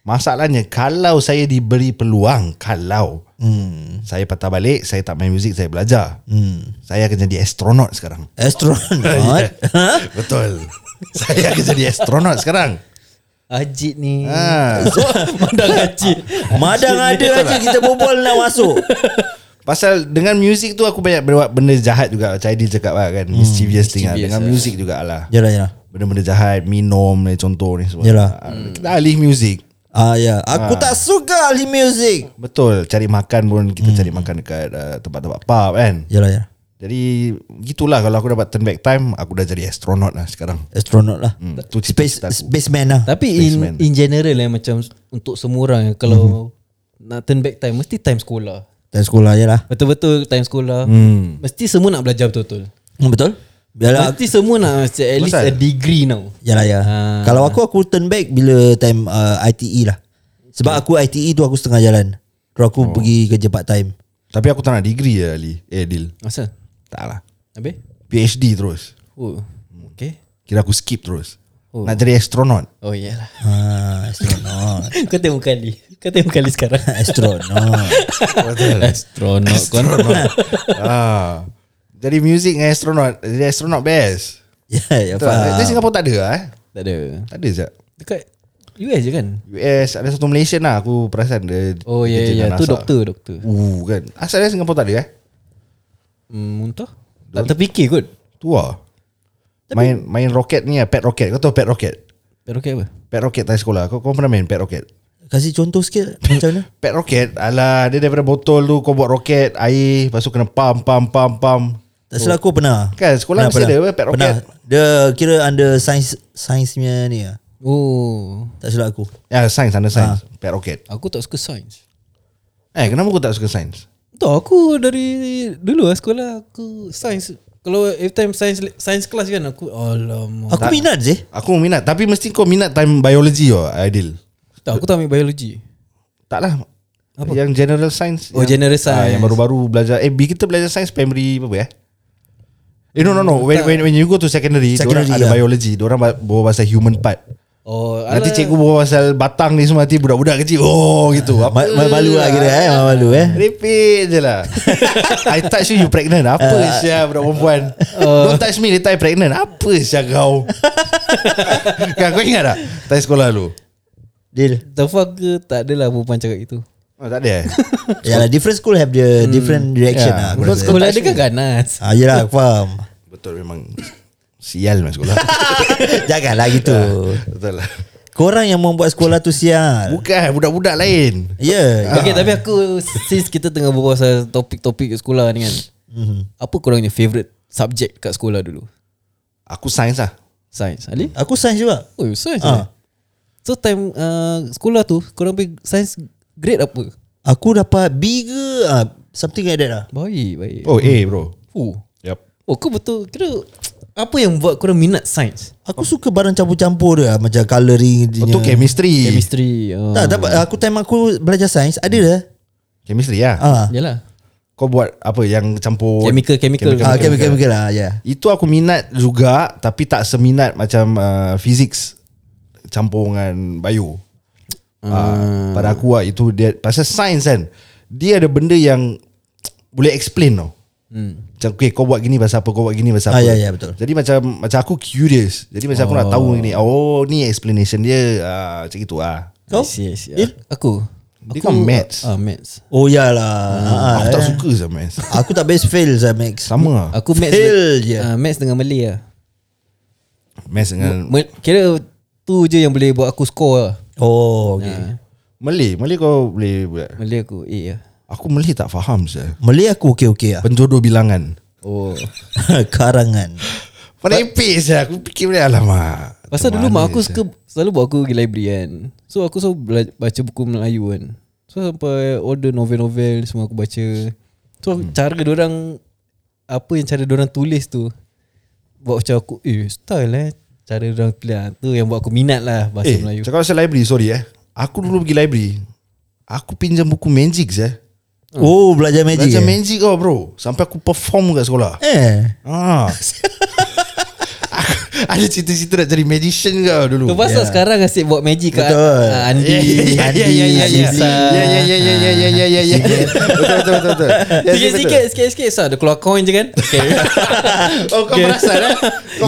Speaker 3: Masalahnya Kalau saya diberi peluang Kalau
Speaker 2: hmm.
Speaker 3: Saya patah balik Saya tak main muzik Saya belajar
Speaker 2: Hmm.
Speaker 3: Saya akan jadi astronaut sekarang
Speaker 2: Astronaut Ha?
Speaker 3: Betul Saya akan jadi astronaut sekarang
Speaker 1: Ajit ni
Speaker 2: Hmm.
Speaker 3: ha.
Speaker 1: Mandang Ajit
Speaker 2: Madang ada aja kita berbual nak masuk
Speaker 3: Pasal dengan muzik tu Aku banyak buat benda jahat juga Macam Aidil cakap lah kan Mischievous thing lah
Speaker 1: mischievous
Speaker 3: Dengan
Speaker 1: lah.
Speaker 3: muzik juga lah
Speaker 2: Yalah yalah
Speaker 3: Benda-benda jahat Minum ni contoh ni semua
Speaker 2: Ya. Yalah.
Speaker 3: Ah, Kita alih muzik
Speaker 2: Ah ya, aku tak suka ahli music.
Speaker 3: Betul Cari makan pun Kita cari makan dekat ah, Tempat-tempat pub kan
Speaker 2: Yalah ya.
Speaker 3: Jadi gitulah kalau aku dapat turn back time aku dah jadi astronaut lah sekarang.
Speaker 2: Astronaut lah.
Speaker 3: Hmm, tu
Speaker 2: Space
Speaker 3: cita-cita aku.
Speaker 2: spaceman lah.
Speaker 1: Tapi
Speaker 3: Spaceman.
Speaker 1: in, in general eh, Macam Untuk semua orang eh, Kalau Nak turn back time Mesti time sekolah
Speaker 2: Time sekolah lah. yalah.
Speaker 1: Betul-betul time sekolah hmm. Mesti semua nak belajar betul-betul
Speaker 2: Hmm, betul? Yalah.
Speaker 1: Mesti semua nak At least
Speaker 3: Pasal?
Speaker 1: a degree now
Speaker 2: Yalah ya.
Speaker 3: Ah.
Speaker 2: Kalau aku aku turn back bila time uh, ITE lah. Sebab aku ITE tu aku setengah jalan. Terus
Speaker 3: Oh.
Speaker 2: aku pergi kerja part time.
Speaker 3: Tapi aku tak nak degree ya Ali. Eh Adil.
Speaker 1: Masa?
Speaker 3: Tak lah.
Speaker 1: Habis?
Speaker 3: PhD terus.
Speaker 1: Oh Okay
Speaker 3: Kira aku skip terus. Oh. Nak jadi astronaut.
Speaker 1: Oh iyalah
Speaker 2: Ha, astronaut.
Speaker 1: Kau tengok kali Kau tengok kali sekarang
Speaker 2: astronaut.
Speaker 1: Astronaut kan? kau
Speaker 3: ah. Jadi music dengan astronaut. Jadi astronaut best.
Speaker 2: ya, ya
Speaker 3: Betul. tak? Tapi
Speaker 2: faham.
Speaker 3: Singapura tak ada lah eh.
Speaker 1: Tak ada
Speaker 3: Tak ada sekejap.
Speaker 1: Dekat US je kan?
Speaker 3: US ada satu Malaysian lah aku perasan dia.
Speaker 1: Oh ya yeah,
Speaker 3: dia kerja
Speaker 1: ya yeah.
Speaker 3: dengan
Speaker 1: Tu
Speaker 3: NASA.
Speaker 1: doktor doktor
Speaker 3: Uh kan. Asal dia Singapura tak ada eh.
Speaker 1: Hmm entah Tak terfikir kot
Speaker 3: Tu lah. Main main roket ni lah, pet roket. Kau tahu pet roket?
Speaker 1: Pero okay apa?
Speaker 3: Pet roket tak sekolah. Kau kau pernah main pet roket?
Speaker 2: Kasih contoh sikit macam mana?
Speaker 3: Pet roket Alah Dia daripada botol tu Kau buat roket Air Lepas tu kena pam pam pam pam
Speaker 2: Tak salah aku pernah.
Speaker 3: Kan, sekolah mesti ada apa, pet rocket.
Speaker 2: Pernah. Dia kira under science science punya ni lah.
Speaker 1: Oh
Speaker 2: Tak salah aku.
Speaker 3: Ya sains Anda sains
Speaker 1: Ah.
Speaker 3: ha. Pet rocket
Speaker 1: Aku tak suka sains
Speaker 3: Eh kenapa kau tak suka sains
Speaker 1: Tak aku dari dulu lah sekolah aku sains kalau every time sains sains kelas kan aku alamak.
Speaker 2: Aku minat sih.
Speaker 3: Aku minat Tapi mesti kau minat time biology oh, Aidil
Speaker 1: Tak aku tak ambil biologi.
Speaker 3: Tak lah apa? Yang general science
Speaker 1: Oh,
Speaker 3: yang,
Speaker 1: general
Speaker 3: Ah, Yang
Speaker 1: science.
Speaker 3: baru-baru belajar Eh bi- kita belajar sains primary apa ya Eh no no no When, when, when you go to secondary,
Speaker 2: Secondary,
Speaker 3: secondary Diorang ada
Speaker 2: ya.
Speaker 3: biology Diorang ba- bawa pasal human part
Speaker 1: Oh
Speaker 3: Nanti cikgu bawa pasal batang ni semua Nanti budak-budak kecil Oh gitu
Speaker 2: Ma- ma- malu lah kira eh. ma- Malu eh.
Speaker 3: Repeat je lah I touch you You pregnant Apa uh,
Speaker 2: Ah.
Speaker 3: Syah Budak perempuan
Speaker 2: Oh.
Speaker 3: Don't touch me Later I pregnant Apa Syah kau Kan kau ingat tak Time sekolah dulu
Speaker 2: Deal.
Speaker 1: Taufak ke tak adalah perempuan cakap itu.
Speaker 3: oh, Tak ada eh
Speaker 2: Yalah Ya lah, different school have
Speaker 3: Hmm.
Speaker 2: the different reaction
Speaker 3: Yeah.
Speaker 2: lah. Aku
Speaker 3: Because
Speaker 2: rasa.
Speaker 1: Sekolah dia kan ganas.
Speaker 2: Ah, yelah aku faham.
Speaker 3: Betul memang Sial lah sekolah
Speaker 2: Janganlah gitu.
Speaker 3: Betul lah
Speaker 2: Korang yang membuat sekolah tu sial.
Speaker 3: Bukan Budak-budak lain Ah.
Speaker 2: Ya.
Speaker 1: Okay tapi aku since kita tengah berbual pasal topik-topik sekolah ni kan.
Speaker 3: Mhm.
Speaker 1: Apa korangnya favourite subject kat sekolah dulu?
Speaker 3: Aku sains lah
Speaker 1: Sains. Ali?
Speaker 2: Aku sains juga.
Speaker 1: Oh, sains. Ah.
Speaker 2: Ah.
Speaker 1: So time uh, sekolah tu korang pergi sains grade apa?
Speaker 2: Aku dapat B ke ah, something like that lah.
Speaker 1: Baik, baik.
Speaker 3: Oh A bro
Speaker 1: Oh.
Speaker 3: Yep
Speaker 1: Oh kau betul Kira Apa yang buat korang minat sains?
Speaker 3: Oh.
Speaker 2: Aku suka barang campur-campur dia lah, macam colouring dia.
Speaker 3: Itu chemistry
Speaker 1: Chemistry uh,
Speaker 2: Tak dapat aku time aku belajar sains ada dah.
Speaker 3: Chemistry lah
Speaker 2: Ah.
Speaker 1: Yalah
Speaker 3: Kau buat apa Yang campur
Speaker 1: Chemical, chemical.
Speaker 2: Ah, okay, okay, okay lah, ya.
Speaker 3: Itu aku minat juga Tapi tak seminat macam uh, Physics campur dengan bio. Uh, pada aku lah itu dia pasal sains kan. Dia ada benda yang boleh explain tau. Hmm. Macam okay, kau buat gini pasal apa Kau buat gini pasal
Speaker 2: Ah,
Speaker 3: apa
Speaker 2: ya, ya, betul.
Speaker 3: Jadi macam Macam aku curious Jadi macam oh. aku nak tahu ni Oh ni explanation dia ah, Macam itu ah.
Speaker 1: Kau? Yes, yes, Aku.
Speaker 3: Dia kan maths.
Speaker 1: Ah, maths.
Speaker 2: Oh yalah. Ha,
Speaker 3: Ah, aku
Speaker 2: eh.
Speaker 3: tak suka sama maths
Speaker 2: Aku tak best fail saya Max.
Speaker 3: Sama lah
Speaker 1: Aku maths.
Speaker 2: Fail Ya. je.
Speaker 1: Ah, maths dengan Malay lah.
Speaker 3: Maths dengan
Speaker 1: Me- Kira tu je yang boleh buat aku score lah.
Speaker 2: Oh okay.
Speaker 3: Ya. Malay Malay kau boleh buat
Speaker 1: Malay aku A lah.
Speaker 3: Aku Malay tak faham saya.
Speaker 2: Malay aku okey okey lah.
Speaker 3: Penjodoh bilangan
Speaker 1: Oh.
Speaker 2: Karangan.
Speaker 3: Menipis saya Aku fikir boleh Alamak
Speaker 1: Pasal
Speaker 3: macam
Speaker 1: dulu
Speaker 3: mana
Speaker 1: mak aku
Speaker 3: saya?
Speaker 1: suka selalu bawa aku pergi library kan. So aku selalu bela- baca buku Melayu kan. So sampai order novel-novel semua aku baca. So hmm. cara orang apa yang cara orang tulis tu buat macam aku eh style eh cara orang tulis ah, tu yang buat aku minat lah bahasa
Speaker 3: Eh
Speaker 1: eh, Melayu.
Speaker 3: cakap pasal library Sorry eh Aku dulu pergi library Aku pinjam buku magic saya.
Speaker 2: Oh belajar magic.
Speaker 3: Hmm. Belajar
Speaker 2: Belajar eh?
Speaker 3: magic kau bro Sampai aku perform kat sekolah
Speaker 2: eh.
Speaker 3: Ah. Aku- Ada cita-cita nak jadi magician kau dulu
Speaker 1: Tu pasal yeah. sekarang asyik buat magic kat ah, Andi,
Speaker 3: Ya
Speaker 1: Andi,
Speaker 3: ya ya ya ya
Speaker 1: Lisa.
Speaker 3: ya ya ya ya ya ya ya ya betul betul betul betul Ya,
Speaker 1: Sikit-sikit, sikit-sikit. So, dia keluar coin je kan? Okay.
Speaker 3: betul. oh kau perasan eh kau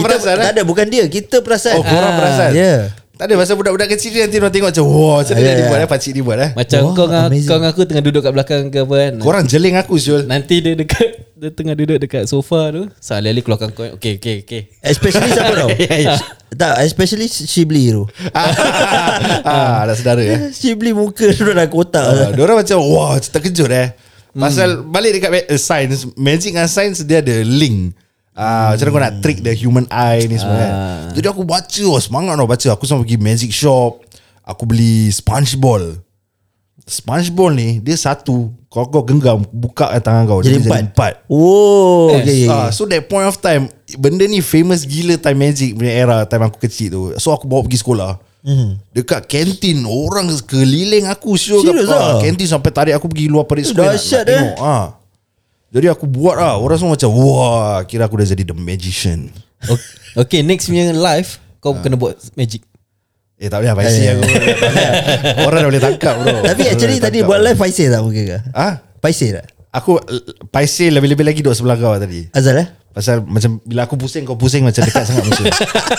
Speaker 2: Kita,
Speaker 3: perasan eh
Speaker 2: tak ada bukan dia, kita perasan.
Speaker 3: oh korang perasan
Speaker 2: Ya.
Speaker 3: tak ada pasal budak-budak kecil ni nanti orang tengok macam wah macam mana
Speaker 2: Ya,
Speaker 3: dia
Speaker 2: ya.
Speaker 3: buat eh pakcik dia buat eh
Speaker 1: Macam
Speaker 2: Wah,
Speaker 1: kau dengan
Speaker 2: amazing.
Speaker 1: kau dengan aku tengah duduk kat belakang ke apa kan.
Speaker 3: korang jeling aku Syul
Speaker 1: Nanti dia dekat dia tengah duduk dekat sofa tu. Salih keluarkan coin. Okay, okay, okay.
Speaker 2: Especially siapa tau?
Speaker 3: Ya,
Speaker 2: tak, especially Shibli tu.
Speaker 3: Ah, ah ada saudara eh
Speaker 2: Shibli muka tu dah kotak. lah.
Speaker 3: Ah, Diorang macam Wah terkejut eh Pasal
Speaker 2: Hmm.
Speaker 3: balik dekat ma- eh, Science Magic dengan science Dia ada link
Speaker 2: Hmm.
Speaker 3: Ah, Macam mana kau nak trick The human eye ni semua
Speaker 2: Ah.
Speaker 3: kan Jadi aku baca oh, Semangat tau baca Aku sampai pergi magic shop Aku beli sponge ball Sponge ball ni Dia satu Kalau kau genggam Buka kat tangan kau
Speaker 2: Jadi
Speaker 3: dia
Speaker 2: empat.
Speaker 3: Jadi empat
Speaker 2: Oh, okay, okay.
Speaker 3: Ah, so that point of time Benda ni famous gila Time Magic punya era Time aku kecil tu So aku bawa pergi sekolah
Speaker 2: Mhm.
Speaker 3: mm. Dekat kantin Orang keliling aku Sure
Speaker 2: Serious ah?
Speaker 3: ah, Kantin sampai tarik aku pergi luar parit square
Speaker 2: Dahsyat, eh?
Speaker 3: tengok. Ah. Jadi aku buat lah Orang semua macam Wah Kira aku dah jadi the magician
Speaker 1: O- Okay, next punya live kau kena buat magic.
Speaker 3: Eh tak boleh lah Paisi aku Orang dah boleh tangkap bro
Speaker 2: eh. Tapi
Speaker 3: Orang
Speaker 2: actually
Speaker 3: dah
Speaker 2: tadi
Speaker 3: tangkap.
Speaker 2: buat live Faisal tak muka ke?
Speaker 3: Ah,
Speaker 2: Faisal tak?
Speaker 3: Aku Paisi lebih-lebih lagi Duduk sebelah kau tadi
Speaker 2: Azal eh?
Speaker 3: Pasal macam bila aku pusing kau pusing macam dekat sangat macam.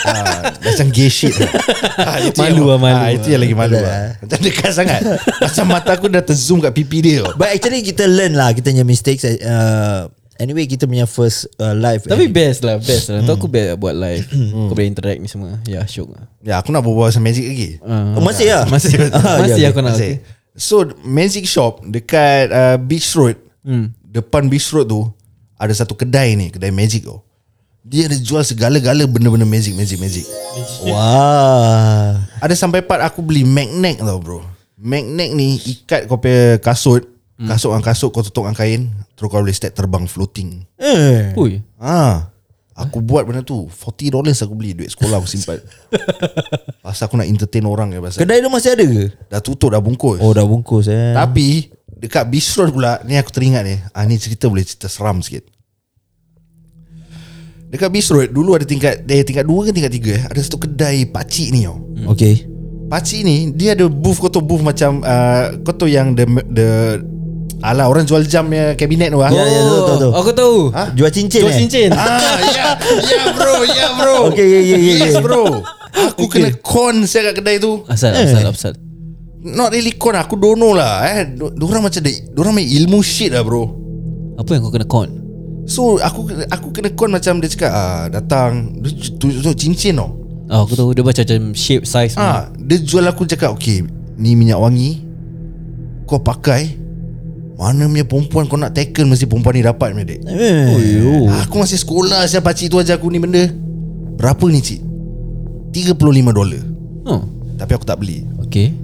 Speaker 3: ha, macam gay shit. Ha, itu
Speaker 1: Malu
Speaker 3: yang,
Speaker 1: lah, malu
Speaker 3: Ha, itu yang lagi malu
Speaker 2: Betul
Speaker 3: lah.
Speaker 2: lah.
Speaker 3: Macam dekat sangat. macam mata aku dah terzoom kat pipi dia. tau.
Speaker 2: But actually kita learn lah kita punya mistakes. Uh, anyway kita punya first uh, live.
Speaker 1: Tapi best lah, best lah. Tu aku best buat live. kau boleh interact ni semua. Ya, syok lah.
Speaker 3: Ya, aku nak berbual pasal magic lagi.
Speaker 2: uh, masih lah.
Speaker 1: Masih,
Speaker 2: Ah,
Speaker 1: masih
Speaker 2: ya,
Speaker 1: aku nak.
Speaker 3: Masih. So, magic shop dekat uh, Beach Road. Depan Beach Road tu ada satu kedai ni, kedai magic tu. Dia ada jual segala-gala benda-benda magic, magic, magic.
Speaker 2: Wah.
Speaker 3: Ada sampai part aku beli magnet tau bro Magnet ni ikat kau punya kasut
Speaker 2: Hmm.
Speaker 3: Kasut dengan kasut kau tutup dengan kain Terus kau boleh step terbang floating
Speaker 2: Eh.
Speaker 1: Ui.
Speaker 3: Ah, Aku buat benda tu $40 aku beli duit sekolah aku simpan Pasal aku nak entertain orang ya pasal
Speaker 2: Kedai tu masih ada ke?
Speaker 3: Dah tutup dah bungkus
Speaker 2: Oh dah bungkus eh.
Speaker 3: Tapi dekat Beach Road pula Ni aku teringat ni ah, Ni cerita boleh cerita seram sikit Dekat Beach Road dulu ada tingkat eh, Tingkat 2 ke tingkat 3 eh Ada satu kedai pakcik ni tau
Speaker 2: Okay.
Speaker 3: Pakcik ni Dia ada booth Kau tahu booth macam uh, Kau tahu yang the, the Alah orang jual jam punya kabinet tu ah.
Speaker 2: Ya, ya, tahu, tahu, tahu.
Speaker 1: Aku tahu.
Speaker 3: Ha?
Speaker 2: Jual cincin
Speaker 1: Jual
Speaker 2: eh?
Speaker 1: cincin.
Speaker 3: Ah, ya, ya bro, ya bro.
Speaker 2: Okay, ya, ya, ya,
Speaker 3: Yes
Speaker 2: ya.
Speaker 3: bro. Aku kena con saya kat kedai tu.
Speaker 1: Asal, asal, asal.
Speaker 3: Not really con, aku don't know lah. Eh, orang macam dia, orang main ilmu shit lah bro.
Speaker 1: Apa yang kau kena con?
Speaker 3: So aku kena- aku kena con macam dia cakap ah, datang dia tu- tunjuk cincin tau.
Speaker 1: Oh, aku tahu dia macam macam shape size. Ah.
Speaker 2: Hmm.
Speaker 3: Ah, dia jual aku cakap Okay Ni minyak wangi Kau pakai Mana punya perempuan kau nak tackle Mesti perempuan ni dapat punya dek
Speaker 2: Eh.
Speaker 3: Ah, Aku masih sekolah Siapa pakcik tu ajar aku ni benda Berapa ni cik? 35 dolar
Speaker 1: Oh.
Speaker 3: Tapi aku tak beli
Speaker 1: Okay.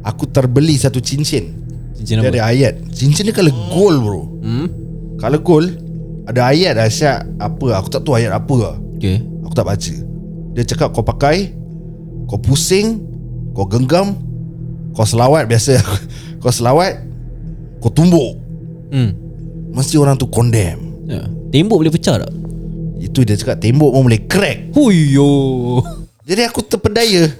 Speaker 3: Aku terbeli satu cincin
Speaker 1: Cincin
Speaker 3: Dia
Speaker 1: apa?
Speaker 3: ada ayat Cincin ni kalau gold bro
Speaker 1: Hmm.
Speaker 3: Kalau gold Ada ayat lah Syak Apa Aku tak tahu ayat apa lah
Speaker 1: Okay.
Speaker 3: Aku tak baca Dia cakap kau pakai Kau pusing Kau genggam Kau selawat biasa Kau selawat Kau tumbuk
Speaker 1: Hmm.
Speaker 3: Mesti orang tu condemn
Speaker 1: Ya. Tembok boleh pecah tak?
Speaker 3: Itu dia cakap tembok pun boleh crack
Speaker 1: Huyo.
Speaker 3: Jadi aku terpedaya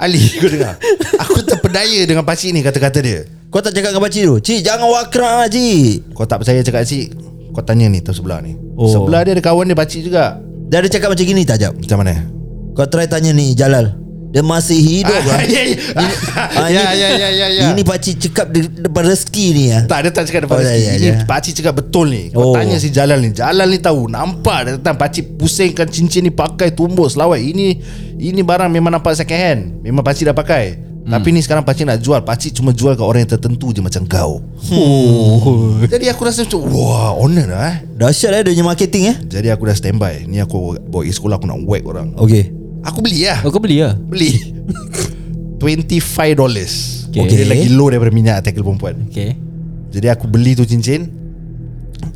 Speaker 3: Ali kau dengar Aku terpedaya dengan pakcik ni kata-kata dia
Speaker 2: Kau tak cakap dengan pakcik tu Cik jangan wakrak lah cik
Speaker 3: Kau tak percaya cakap cik Kau tanya ni tu sebelah ni
Speaker 2: Oh.
Speaker 3: oh. Sebelah dia ada kawan dia pakcik juga
Speaker 2: Dia ada cakap macam gini tak jap
Speaker 3: Macam mana?
Speaker 2: Kau try tanya ni Jalal Dia masih hidup
Speaker 3: Ah,
Speaker 2: lah
Speaker 3: ya,
Speaker 2: Ah,
Speaker 3: Ya
Speaker 2: ini-
Speaker 3: ya ya ya ya
Speaker 2: Ini pakcik cakap de- depan rezeki ni ya.
Speaker 3: tak, dia tak cakap depan
Speaker 2: Oh,
Speaker 3: oh,
Speaker 2: ya,
Speaker 3: rezeki
Speaker 2: ya,
Speaker 3: Ini
Speaker 2: ya.
Speaker 3: pakcik cakap betul ni
Speaker 2: Oh.
Speaker 3: Kau tanya si Jalal ni Jalal ni tahu Nampak dia datang Pakcik pusingkan cincin ni Pakai tumbuk selawat Ini ini barang memang nampak second hand Memang pakcik dah pakai
Speaker 2: Hmm.
Speaker 3: Tapi ni sekarang pakcik nak jual Pakcik cuma jual ke orang yang tertentu je Macam kau
Speaker 2: Hmm.
Speaker 1: Oh.
Speaker 3: Jadi aku rasa macam Wah honor lah eh
Speaker 2: Dahsyat eh dia punya marketing eh.
Speaker 3: Jadi aku dah standby Ni aku bawa pergi sekolah Aku nak whack orang
Speaker 2: Okey.
Speaker 3: Aku beli lah
Speaker 1: Oh, kau beli lah
Speaker 3: Beli $25 okay.
Speaker 1: Okay.
Speaker 3: Dia lagi low daripada minyak Tackle perempuan
Speaker 1: Okay
Speaker 3: Jadi aku beli tu cincin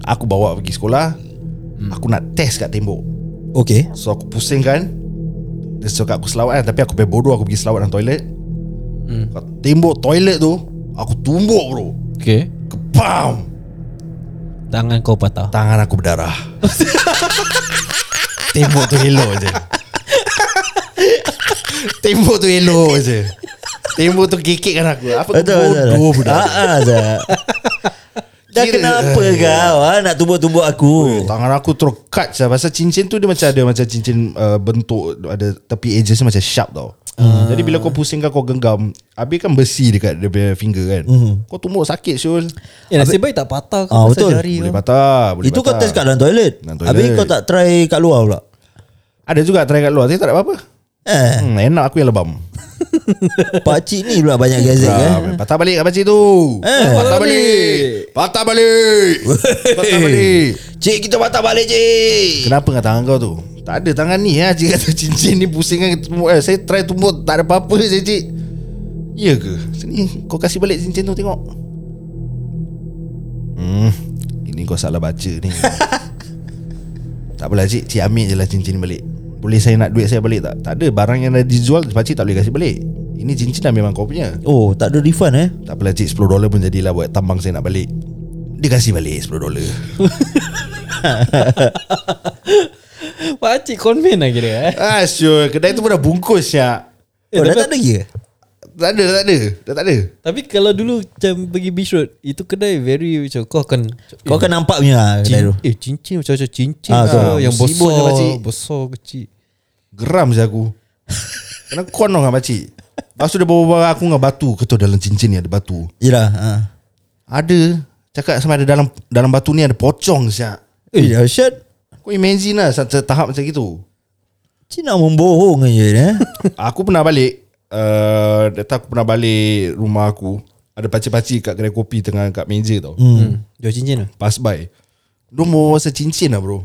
Speaker 3: Aku bawa pergi sekolah
Speaker 2: Hmm.
Speaker 3: Aku nak test kat tembok
Speaker 2: Okey.
Speaker 3: So aku pusingkan Dia suruh aku selawat kan Tapi aku pakai bodoh Aku pergi selawat dalam toilet
Speaker 2: Hmm.
Speaker 3: Kat Tembok toilet tu Aku tumbuk bro
Speaker 1: Okay
Speaker 3: Kepam
Speaker 1: Tangan kau patah
Speaker 3: Tangan aku berdarah Tembok tu elok je Tembok tu elok je Tembok tu kekekkan aku Apa
Speaker 2: Betul
Speaker 3: kau
Speaker 2: betul.
Speaker 3: bodoh
Speaker 2: betul.
Speaker 3: budak
Speaker 2: Ah, ah, Zak. Dah
Speaker 3: Kira- eh, Oh,
Speaker 2: kenapa kau ah, nak tumbuk-tumbuk aku?
Speaker 3: Tangan aku terus cut lah Pasal cincin tu dia macam ada Macam cincin uh, bentuk Ada tepi edges dia macam sharp tau
Speaker 2: Ah.
Speaker 3: uh. Jadi bila kau pusingkan kau genggam Habis kan besi dekat dia punya finger kan
Speaker 2: Hmm.
Speaker 3: uh-huh. Kau tumbuk sakit Syul
Speaker 1: Eh nasib baik tak patah pasal
Speaker 2: Ah, betul.
Speaker 1: jari
Speaker 3: Boleh
Speaker 1: tu.
Speaker 3: patah boleh
Speaker 2: Itu kau
Speaker 3: patah.
Speaker 2: test kat dalam toilet.
Speaker 3: Dalam toilet.
Speaker 2: Habis kau tak try kat luar pula.
Speaker 3: Ada juga try kat luar Tapi tak ada apa-apa
Speaker 2: Eh,
Speaker 3: hmm, Enak aku yang lebam
Speaker 2: pakcik ni pula banyak gezek eh.
Speaker 3: ah, Patah balik kat pakcik tu
Speaker 2: Eh.
Speaker 3: Patah balik Patah balik Patah balik
Speaker 2: Cik kita patah balik cik.
Speaker 3: Kenapa dengan tangan kau tu? Eh. Tak ada tangan ni ha. Cik kata cincin ni pusing kan tumbuk. Eh, saya try tumbuk tak ada apa-apa je cik. Ya ke? Sini kau kasih balik cincin tu tengok. Hmm. Ini kau salah baca ni. tak apalah cik, cik ambil je lah cincin ni balik. Boleh saya nak duit saya balik tak? Tak ada barang yang dah dijual pakcik tak boleh kasih balik. Ini cincin dah memang kau punya.
Speaker 2: Oh, tak ada refund eh.
Speaker 3: Tak apalah cik 10 dolar pun jadilah buat tambang saya nak balik. Dia kasih balik 10 dolar.
Speaker 1: Pakcik conman lah kira eh
Speaker 3: ah sure, kedai tu pun dah bungkus ya.
Speaker 2: Oh, dah tak ada ke?
Speaker 3: Eh, Tak ada, tak ada. Dah tak ada.
Speaker 1: Tapi kalau dulu macam pergi Beach Road Itu kedai very macam kau akan eh,
Speaker 2: Kau akan nampak punya ah, kedai tu.
Speaker 1: Cin, eh cincin macam-macam cincin
Speaker 2: Ah,
Speaker 1: ah,
Speaker 2: betul.
Speaker 1: lah, Yang
Speaker 3: Musibah
Speaker 1: besar
Speaker 3: je, pakcik.
Speaker 1: Besar kecil
Speaker 3: Geram je aku. Kena kon tau dengan pakcik. Lepas tu dia bawa-bawa aku dengan batu. Kau tahu dalam cincin ni ada batu.
Speaker 2: Yalah. ah.
Speaker 3: Ada. Cakap sama ada dalam dalam batu ni ada pocong siap.
Speaker 2: Eh, dahsyat.
Speaker 3: Kau imagine lah satu tahap macam gitu.
Speaker 2: Cik nak membohong je eh.
Speaker 3: Aku pernah balik. Uh, data aku pernah balik rumah aku. Ada pakcik-pakcik kat kedai kopi tengah kat meja tau. Hmm.
Speaker 1: hmm. Jual cincin lah
Speaker 3: Pass by. Dia bawa pasal cincin lah bro.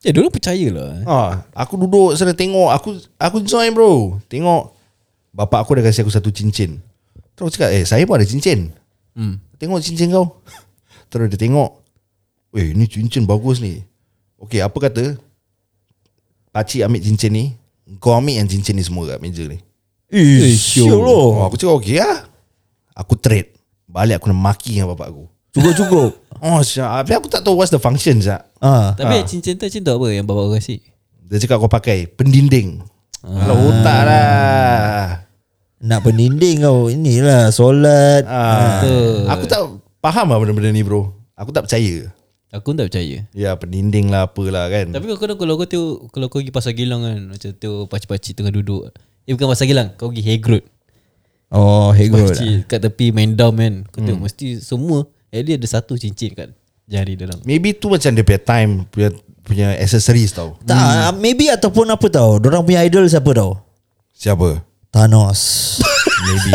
Speaker 1: Eh dulu percaya lah
Speaker 3: Ha, aku duduk sana tengok Aku aku join bro Tengok Bapak aku dah kasi aku satu cincin Terus aku cakap Eh saya pun ada cincin
Speaker 1: hmm.
Speaker 3: Tengok cincin kau Terus dia tengok Eh ni cincin bagus ni Okay apa kata Pakcik ambil cincin ni Kau ambil yang cincin ni semua kat meja ni
Speaker 2: Eh,
Speaker 1: syok.
Speaker 2: syok
Speaker 3: Oh,
Speaker 2: loh.
Speaker 3: aku cakap okay lah Aku trade Balik aku nak maki dengan bapak aku
Speaker 2: Cukup-cukup.
Speaker 3: Oh syak Tapi aku tak tahu what's the function syak
Speaker 2: Ah.
Speaker 1: Tapi ha. cincin tu cincin tu apa yang bapak kau kasi
Speaker 3: Dia cakap kau pakai Pendinding Kalau otak lah
Speaker 2: Nak peninding kau Inilah Solat
Speaker 3: Ah.
Speaker 1: Betul.
Speaker 3: Aku tak faham lah benda-benda ni bro. Aku tak percaya.
Speaker 1: Aku pun tak percaya
Speaker 3: Ya peninding lah apalah kan.
Speaker 1: Tapi kau kadang kalau kau tengok Kalau kau pergi pasar gilang kan Macam tu pakcik-pakcik tengah duduk Eh bukan pasar gilang Kau pergi Hagrod
Speaker 2: Oh Hegod
Speaker 3: lah.
Speaker 1: Pakcik kat tepi main down kan Kau
Speaker 3: Hmm.
Speaker 1: tengok mesti semua At least ada satu cincin kat jari dalam
Speaker 3: Maybe tu macam dia punya time punya, punya accessories tau.
Speaker 2: Tak ah, Maybe ataupun apa tau Diorang punya idol siapa tau
Speaker 3: Siapa?
Speaker 2: Thanos
Speaker 3: Maybe.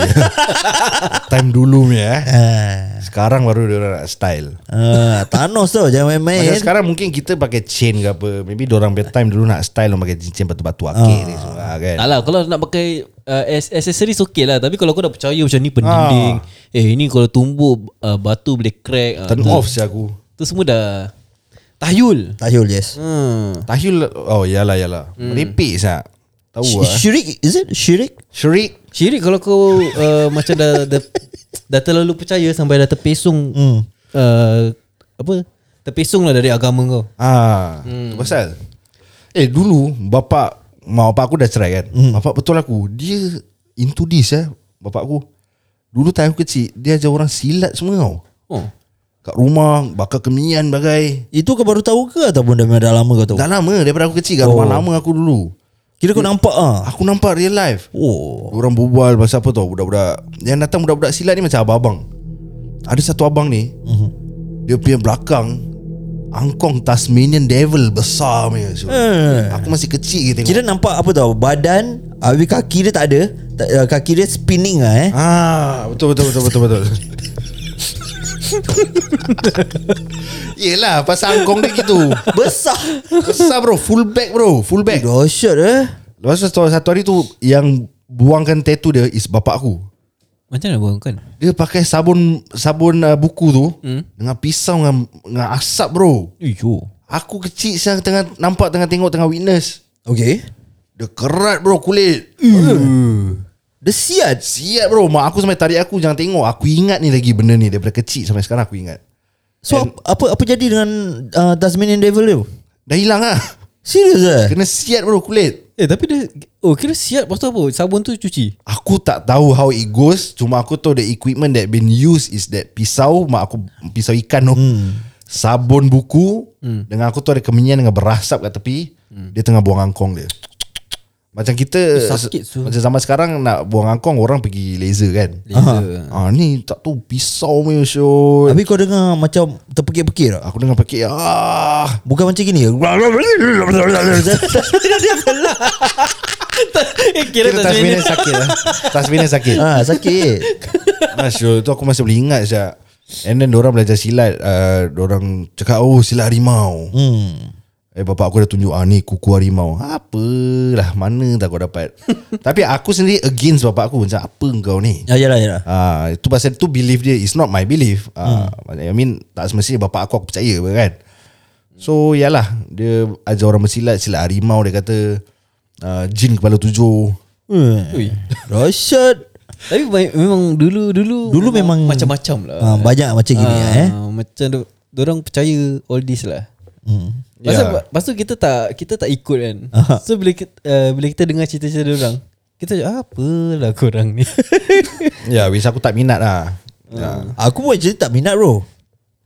Speaker 3: time dulu punya eh.
Speaker 2: ah,
Speaker 3: Sekarang baru dia orang nak style.
Speaker 2: ah, Thanos tau Jangan main-main
Speaker 3: Macam sekarang mungkin kita pakai chain ke apa. Maybe orang punya time dulu nak style orang pakai cincin batu-batu akik ni semua kan.
Speaker 1: Tak lah kalau nak pakai uh, ac- accessories okey lah Tapi kalau kau dah percaya macam ni pendinding Eh ini kalau tumbuk uh, batu boleh crack uh,
Speaker 3: Ah. Turn off si aku.
Speaker 1: Tu semua dah Tahyul
Speaker 2: Tahul yes
Speaker 1: hmm.
Speaker 3: Tahil oh yalah yalah. Merepek sah. Tahu
Speaker 2: Sh-
Speaker 3: ah.
Speaker 2: Syirik Is it syirik
Speaker 3: Syirik
Speaker 1: Syirik kalau kau uh, macam dah, dah Dah terlalu percaya sampai dah terpesong hmm. uh, Apa Terpesong lah dari agama kau
Speaker 3: Ah, hmm. pasal. Eh dulu bapa mak bapak aku dah cerai kan. Hmm. Bapak betul aku, dia into this eh bapak aku. Dulu time aku kecil dia ajar orang silat semua tau.
Speaker 1: Oh.
Speaker 3: Kat rumah bakar kemian bagai.
Speaker 2: Itu kau baru tahu ke ataupun dah, dah lama kau tahu?
Speaker 3: Dah lama daripada aku kecil kat
Speaker 2: Oh.
Speaker 3: rumah lama aku dulu.
Speaker 2: Kira kau nampak ah.
Speaker 3: Aku nampak real life.
Speaker 2: Oh.
Speaker 3: Orang berbual pasal apa tau Budak-budak Yang datang budak-budak silat ni Macam abang-abang Ada satu abang ni uh-huh. Dia punya belakang Angkong Tasmanian Devil Besar punya so,
Speaker 2: Eh.
Speaker 3: Aku masih kecil je tengok
Speaker 2: Kira nampak apa tau Badan Habis kaki dia tak ada tak, uh, Kaki dia spinning lah eh
Speaker 3: Ah, betul betul betul betul betul. Yelah pasal angkong dia gitu
Speaker 2: Besar
Speaker 3: Besar bro Full back bro Full back
Speaker 2: Dahsyat eh
Speaker 3: Lepas tu satu satu hari tu Yang buangkan tattoo dia Is bapak aku
Speaker 1: Macam mana buang kan?
Speaker 3: Dia pakai sabun sabun uh, buku tu hmm? dengan pisau dengan, dengan asap bro.
Speaker 1: Iyo.
Speaker 3: Aku kecil sekarang tengah nampak tengah tengok tengah witness.
Speaker 2: Okay
Speaker 3: Dia kerat bro kulit.
Speaker 2: Dia siat
Speaker 3: Siap bro Mak aku sampai tarik aku Jangan tengok Aku ingat ni lagi benda ni Daripada kecil sampai sekarang aku ingat
Speaker 2: So apa, apa apa jadi dengan uh, Tasmanian Devil tu
Speaker 3: Dah hilang lah
Speaker 2: Serius eh
Speaker 3: Kena siap bro kulit
Speaker 1: Eh tapi dia Oh kira siap Lepas tu apa Sabun tu cuci
Speaker 3: Aku tak tahu how it goes Cuma aku tahu the equipment that been used Is that pisau Mak aku pisau ikan tu
Speaker 1: Hmm.
Speaker 3: Sabun buku Dengan aku tu ada kemenyan Dengan berasap kat tepi
Speaker 1: Hmm.
Speaker 3: Dia tengah buang angkong dia Macam kita
Speaker 1: Eh, Sakit tu.
Speaker 3: Macam zaman sekarang Nak buang angkong Orang pergi laser kan
Speaker 1: Laser
Speaker 3: Ah ni tak tahu pisau punya syur.
Speaker 2: Habis kau dengar macam Terpekik-pekik tak
Speaker 3: Aku dengar pakai ah.
Speaker 2: Bukan macam gini
Speaker 1: Eh kira
Speaker 3: Kira Tasmania
Speaker 1: Tasmanian
Speaker 3: sakit lah. Tasmania sakit.
Speaker 2: Ah sakit
Speaker 3: Nah, sure. Tu aku masih boleh ingat sejak. And then orang belajar silat. Uh, orang cakap, oh silat harimau.
Speaker 2: Hmm
Speaker 3: Eh bapak aku dah tunjuk ah ni kuku harimau. Apalah mana tak kau dapat. Tapi aku sendiri against bapak aku macam apa kau ni?
Speaker 2: Ya yalah yalah
Speaker 3: Ah itu pasal tu belief dia it's not my belief.
Speaker 2: Hmm.
Speaker 3: Ah I mean tak semestinya bapak aku aku percaya apa kan. So yalah dia ajar orang bersilat silat harimau dia kata uh, jin kepala tujuh.
Speaker 1: Ui.
Speaker 2: Dahsyat
Speaker 1: Tapi ba- memang dulu Dulu
Speaker 2: Dulu memang-
Speaker 1: Macam-macam lah
Speaker 2: Ah, Banyak macam gini
Speaker 1: Ah,
Speaker 2: ah, eh
Speaker 1: Macam do- Diorang percaya All this lah
Speaker 2: Hmm.
Speaker 1: Pasal,
Speaker 3: Ya.
Speaker 1: yeah. Pasal kita tak Kita tak ikut kan So bila kita, uh, bila kita dengar cerita-cerita diorang Kita ah, Apalah korang ni
Speaker 3: Ya, yeah, aku tak minat lah. Ya.
Speaker 2: Aku pun actually tak minat bro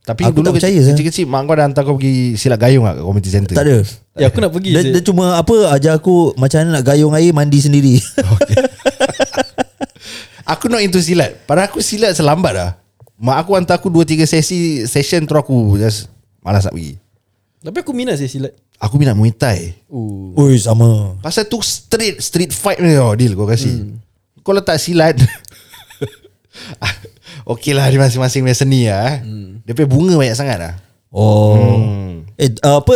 Speaker 3: Tapi
Speaker 2: Hmm. Aku
Speaker 3: dulu
Speaker 2: tak percaya,
Speaker 3: kecil- kecil-kecil mak kau dah hantar kau pergi silat gayung lah kat community center.
Speaker 2: Tak ada
Speaker 1: Ya aku nak pergi
Speaker 2: dia,
Speaker 1: je.
Speaker 2: dia cuma apa ajar aku macam mana nak gayung air mandi sendiri.
Speaker 3: Aku not into silat. Pada aku silat selambat lah. Mak aku hantar aku 2 3 sesi session terus aku just malas nak pergi.
Speaker 1: Tapi aku minat sih silat
Speaker 3: Aku minat Muay Thai.
Speaker 1: Ooh.
Speaker 2: Oi sama.
Speaker 3: Pasal tu straight street fight ni tau deal kau kasi. Hmm. Kau letak silat. Okey lah dia masing-masing punya seni lah. eh.
Speaker 2: Hmm.
Speaker 3: Dia punya bunga banyak sangat lah.
Speaker 2: Oh. Eh uh, apa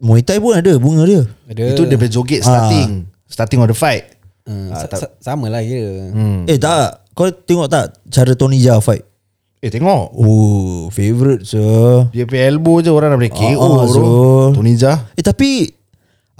Speaker 2: Muay Thai pun ada bunga dia. Ah.
Speaker 1: Ada
Speaker 3: Itu dia punya joget starting. Starting of the fight.
Speaker 1: Hmm, sa- sa- Sama lah kira
Speaker 2: Hmm. Eh tak kau tengok tak cara Tony Jaa fight?
Speaker 3: Eh tengok.
Speaker 2: Oh, favorite sir.
Speaker 3: Dia punya elbow je orang dah boleh KO
Speaker 2: Ah, ah,
Speaker 3: bro.
Speaker 2: so-
Speaker 3: Tony Jaa.
Speaker 2: Eh tapi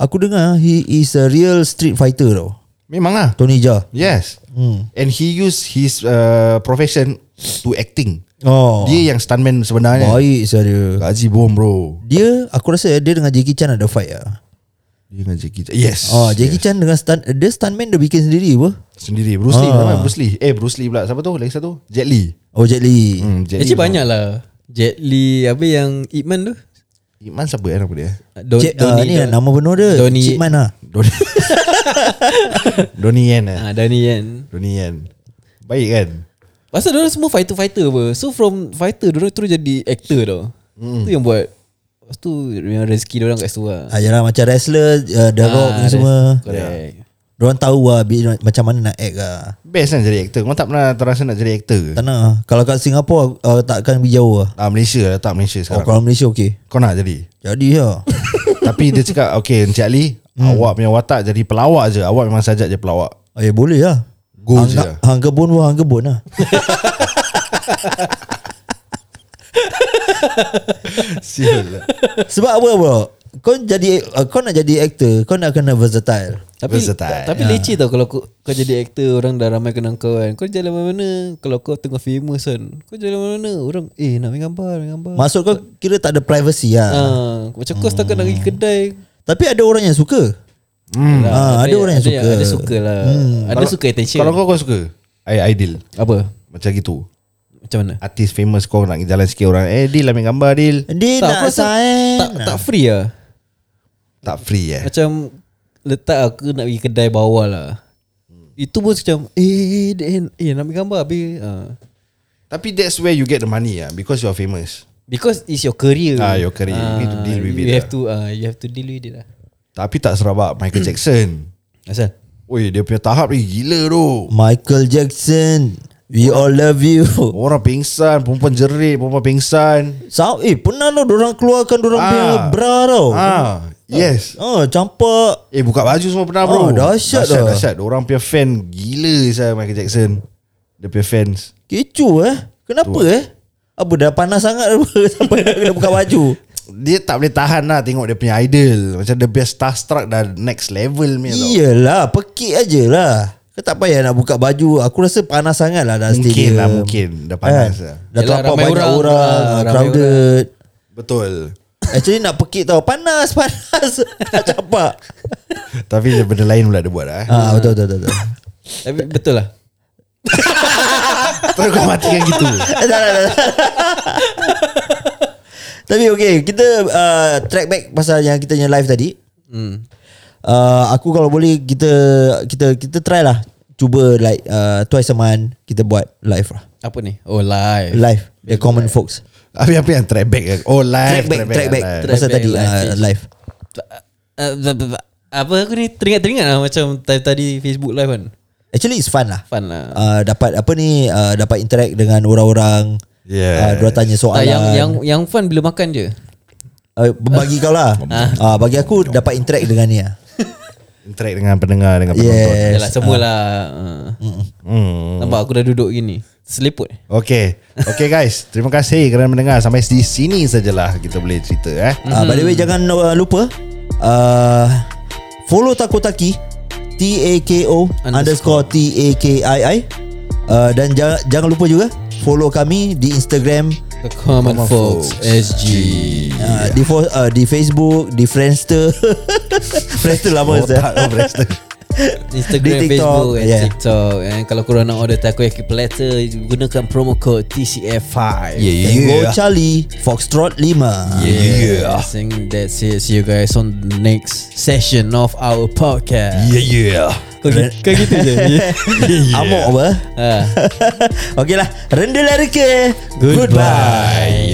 Speaker 2: aku dengar he is a real street fighter tau.
Speaker 3: Memang lah.
Speaker 2: Tony Jaa.
Speaker 3: Yes. Hmm. And he use his uh, profession to acting.
Speaker 2: Oh.
Speaker 3: Oh. Dia yang stuntman sebenarnya. Boy.
Speaker 2: baik sir dia.
Speaker 3: Haji Bom bro.
Speaker 2: Dia aku rasa dia dengan Jackie Chan ada fight ah.
Speaker 3: Dia dengan Jackie Chan. Yes.
Speaker 2: Oh, Jackie Chan dengan stunt dia stuntman dia bikin sendiri apa?
Speaker 3: Sendiri. Bruce Lee.
Speaker 2: Ah.
Speaker 3: Nama Bruce Lee. Eh Bruce Lee pula. Siapa tu? Lagi satu? Jet Li.
Speaker 2: Oh, Jet Li.
Speaker 3: Hmm, Jet
Speaker 1: Actually
Speaker 3: bro.
Speaker 1: banyak lah Jet Li Apa yang Ip Man tu
Speaker 3: Iman siapa eh nama dia?
Speaker 1: Don,
Speaker 2: Cik, uh, ni lah nama benar dia
Speaker 1: Donnie
Speaker 2: Cik Man lah
Speaker 3: Doni. Doni Yen eh.
Speaker 1: ah, Donnie kan
Speaker 3: Doni Yen. Baik kan?
Speaker 1: Pasal diorang semua fighter-fighter apa So from fighter Diorang terus jadi actor tau mm. Tu yang buat Lepas tu yang rezeki diorang kat situ lah
Speaker 2: ah, Yalah macam wrestler uh, The Rock ni
Speaker 1: that's-
Speaker 2: semua
Speaker 1: Ah,
Speaker 2: Ya.
Speaker 1: Correct yeah.
Speaker 2: Diorang tahu lah bi- Macam mana nak act lah
Speaker 3: Best kan jadi aktor. Kau tak pernah terasa nak jadi aktor ke?
Speaker 2: Tak nak lah. Kalau kat Singapura uh, Takkan pergi jauh lah
Speaker 3: Ah, Malaysia lah. Tak Malaysia
Speaker 2: oh,
Speaker 3: sekarang.
Speaker 2: Kalau Malaysia okey
Speaker 3: Kau nak jadi?
Speaker 2: Jadi lah
Speaker 3: Tapi dia cakap Okay Encik Ali hmm. Awak punya watak jadi pelawak je Awak memang sajak je pelawak
Speaker 2: oh, Ya boleh lah
Speaker 3: Go je lah.
Speaker 2: Hang, hang kebun pun hang kebun lah
Speaker 3: Sial
Speaker 2: Sebab apa bro Kau jadi uh, Kau nak jadi actor Kau nak kena versatile Ya.
Speaker 1: Tapi
Speaker 3: Versatile.
Speaker 1: Tapi leceh tau Kalau kau, kau jadi actor Orang dah ramai kenal kau kan Kau jalan mana-mana Kalau kau tengah famous kan Kau jalan mana-mana Orang eh nak ambil gambar ambil gambar
Speaker 2: Maksud kau kira tak ada privacy lah Hmm.
Speaker 1: ah, Macam kau setakat nak pergi kedai
Speaker 2: Tapi ada orang yang suka
Speaker 1: Hmm.
Speaker 2: Ah, ada orang yang
Speaker 1: ada,
Speaker 2: suka.
Speaker 1: Ada suka lah. Hmm. Ada suka attention.
Speaker 3: Kalau kau kau suka I, Ideal
Speaker 1: apa?
Speaker 3: Macam gitu
Speaker 1: Macam mana?
Speaker 2: Eh,
Speaker 3: Artis famous kau nak jalan sikit orang Eh Dil ambil gambar Dil
Speaker 1: Tak,
Speaker 2: Dia tak, nak
Speaker 1: aku rasa
Speaker 2: sign
Speaker 1: Tak tak free lah.
Speaker 3: Tak free eh
Speaker 1: Macam letak aku nak pergi kedai bawah lah.
Speaker 3: Hmm.
Speaker 1: Itu pun macam eh eh, eh, eh, eh nak ambil gambar habis. ah.
Speaker 3: Tapi that's where you get the money ah Because you are famous
Speaker 1: Because it's your career.
Speaker 3: Ah, your career. You need to deal with
Speaker 1: you
Speaker 3: it
Speaker 1: have
Speaker 3: lah.
Speaker 1: to ah, you have to deal with it lah.
Speaker 3: Tapi tak serabak Michael Jackson
Speaker 1: Asal?
Speaker 3: Oi dia punya tahap ni gila tu
Speaker 2: Michael Jackson We all love you
Speaker 3: Orang pingsan Perempuan jerit Perempuan pingsan
Speaker 2: Sao, Eh pernah tau Diorang keluarkan Diorang
Speaker 3: Ah.
Speaker 2: punya bra tau
Speaker 1: Oh.
Speaker 3: Ah, Yes
Speaker 2: Ah, Campak
Speaker 3: Eh buka baju semua pernah bro
Speaker 2: Ah, dahsyat
Speaker 3: Dahsyat,
Speaker 2: lah.
Speaker 3: dahsyat. Orang punya fan Gila saya Michael Jackson Dia punya fans
Speaker 2: Kecoh eh Kenapa eh Apa dah panas sangat apa Sampai nak kena buka baju
Speaker 3: Dia tak boleh tahan lah Tengok dia punya idol Macam dia punya starstruck Dah next level punya tau
Speaker 2: Iyalah Pekik aje lah Kau tak payah nak buka baju Aku rasa panas sangat lah dah
Speaker 3: Mungkin
Speaker 2: stadium.
Speaker 3: lah mungkin Dah panas lah
Speaker 2: Kan?
Speaker 1: Yelah,
Speaker 2: Dah terlampau
Speaker 1: ramai
Speaker 2: banyak
Speaker 1: orang.
Speaker 2: orang,
Speaker 1: Ah, ramai
Speaker 2: Crowded
Speaker 3: Betul
Speaker 2: Actually nak pekik tau Panas Panas Tak campak
Speaker 3: Tapi dia benda lain pula dia buat lah eh.
Speaker 2: ah, Betul betul betul, betul.
Speaker 1: Tapi betul lah.
Speaker 3: Terus kau matikan gitu
Speaker 2: tak, tak, tak, tak. Tapi okay Kita uh, track back Pasal yang kita punya live tadi
Speaker 1: Hmm.
Speaker 2: uh, Aku kalau boleh Kita Kita kita try lah Cuba like uh, Twice a month Kita buat live lah
Speaker 1: Apa ni? Oh live.
Speaker 2: Live The common folks
Speaker 3: Apa-apa yang track back ke? Oh
Speaker 2: Track
Speaker 3: live
Speaker 2: back Track back
Speaker 3: live.
Speaker 1: Track
Speaker 2: Pasal
Speaker 1: back
Speaker 2: tadi
Speaker 1: live.
Speaker 2: uh, Live
Speaker 1: Ah, b- b- b- apa aku ni teringat-teringat lah macam tadi, tadi Facebook live kan.
Speaker 2: Actually it's fun lah
Speaker 1: Fun lah.
Speaker 2: uh, Dapat apa ni uh, Dapat interact dengan orang-orang
Speaker 3: Yes.
Speaker 2: uh, Diorang tanya soalan
Speaker 1: Tak, yang
Speaker 3: lah.
Speaker 1: yang yang fun bila makan je.
Speaker 2: uh, Bagi kau lah uh, Bagi aku Dapat interact dengan ni lah
Speaker 3: Interact dengan pendengar Dengan penonton
Speaker 2: Yes
Speaker 1: Yalah semualah.
Speaker 3: ah.
Speaker 1: Uh.
Speaker 3: hmm.
Speaker 1: Nampak aku dah duduk gini. Seliput.
Speaker 3: Okay Okay guys Terima kasih kerana mendengar Sampai di sini sajalah Kita boleh cerita eh
Speaker 2: Uh, by the way jangan uh, lupa uh, follow Takotaki T A K O underscore T A K I I uh, dan jangan jangan lupa juga follow kami di Instagram
Speaker 1: The Common,
Speaker 3: Common
Speaker 1: Folks,
Speaker 3: Folks.
Speaker 1: SG.
Speaker 2: uh, di fo- uh, di Facebook di Friendster Friendster lama
Speaker 3: Otak
Speaker 2: saya.
Speaker 3: kau Braxton
Speaker 1: Instagram,
Speaker 2: Di TikTok,
Speaker 1: Facebook and
Speaker 2: yeah.
Speaker 1: TikTok. And kalau korang nak order takoyaki platter gunakan promo code TCF5.
Speaker 2: Go Charlie Foxtrot 5
Speaker 1: Yeah. I think that's it. See you guys on the next session of our podcast.
Speaker 3: Yeah yeah
Speaker 1: Kau gi- kau gitu je.
Speaker 2: Amok apa
Speaker 1: Ah.
Speaker 2: Okey lah Rendah lari ke Goodbye, Goodbye.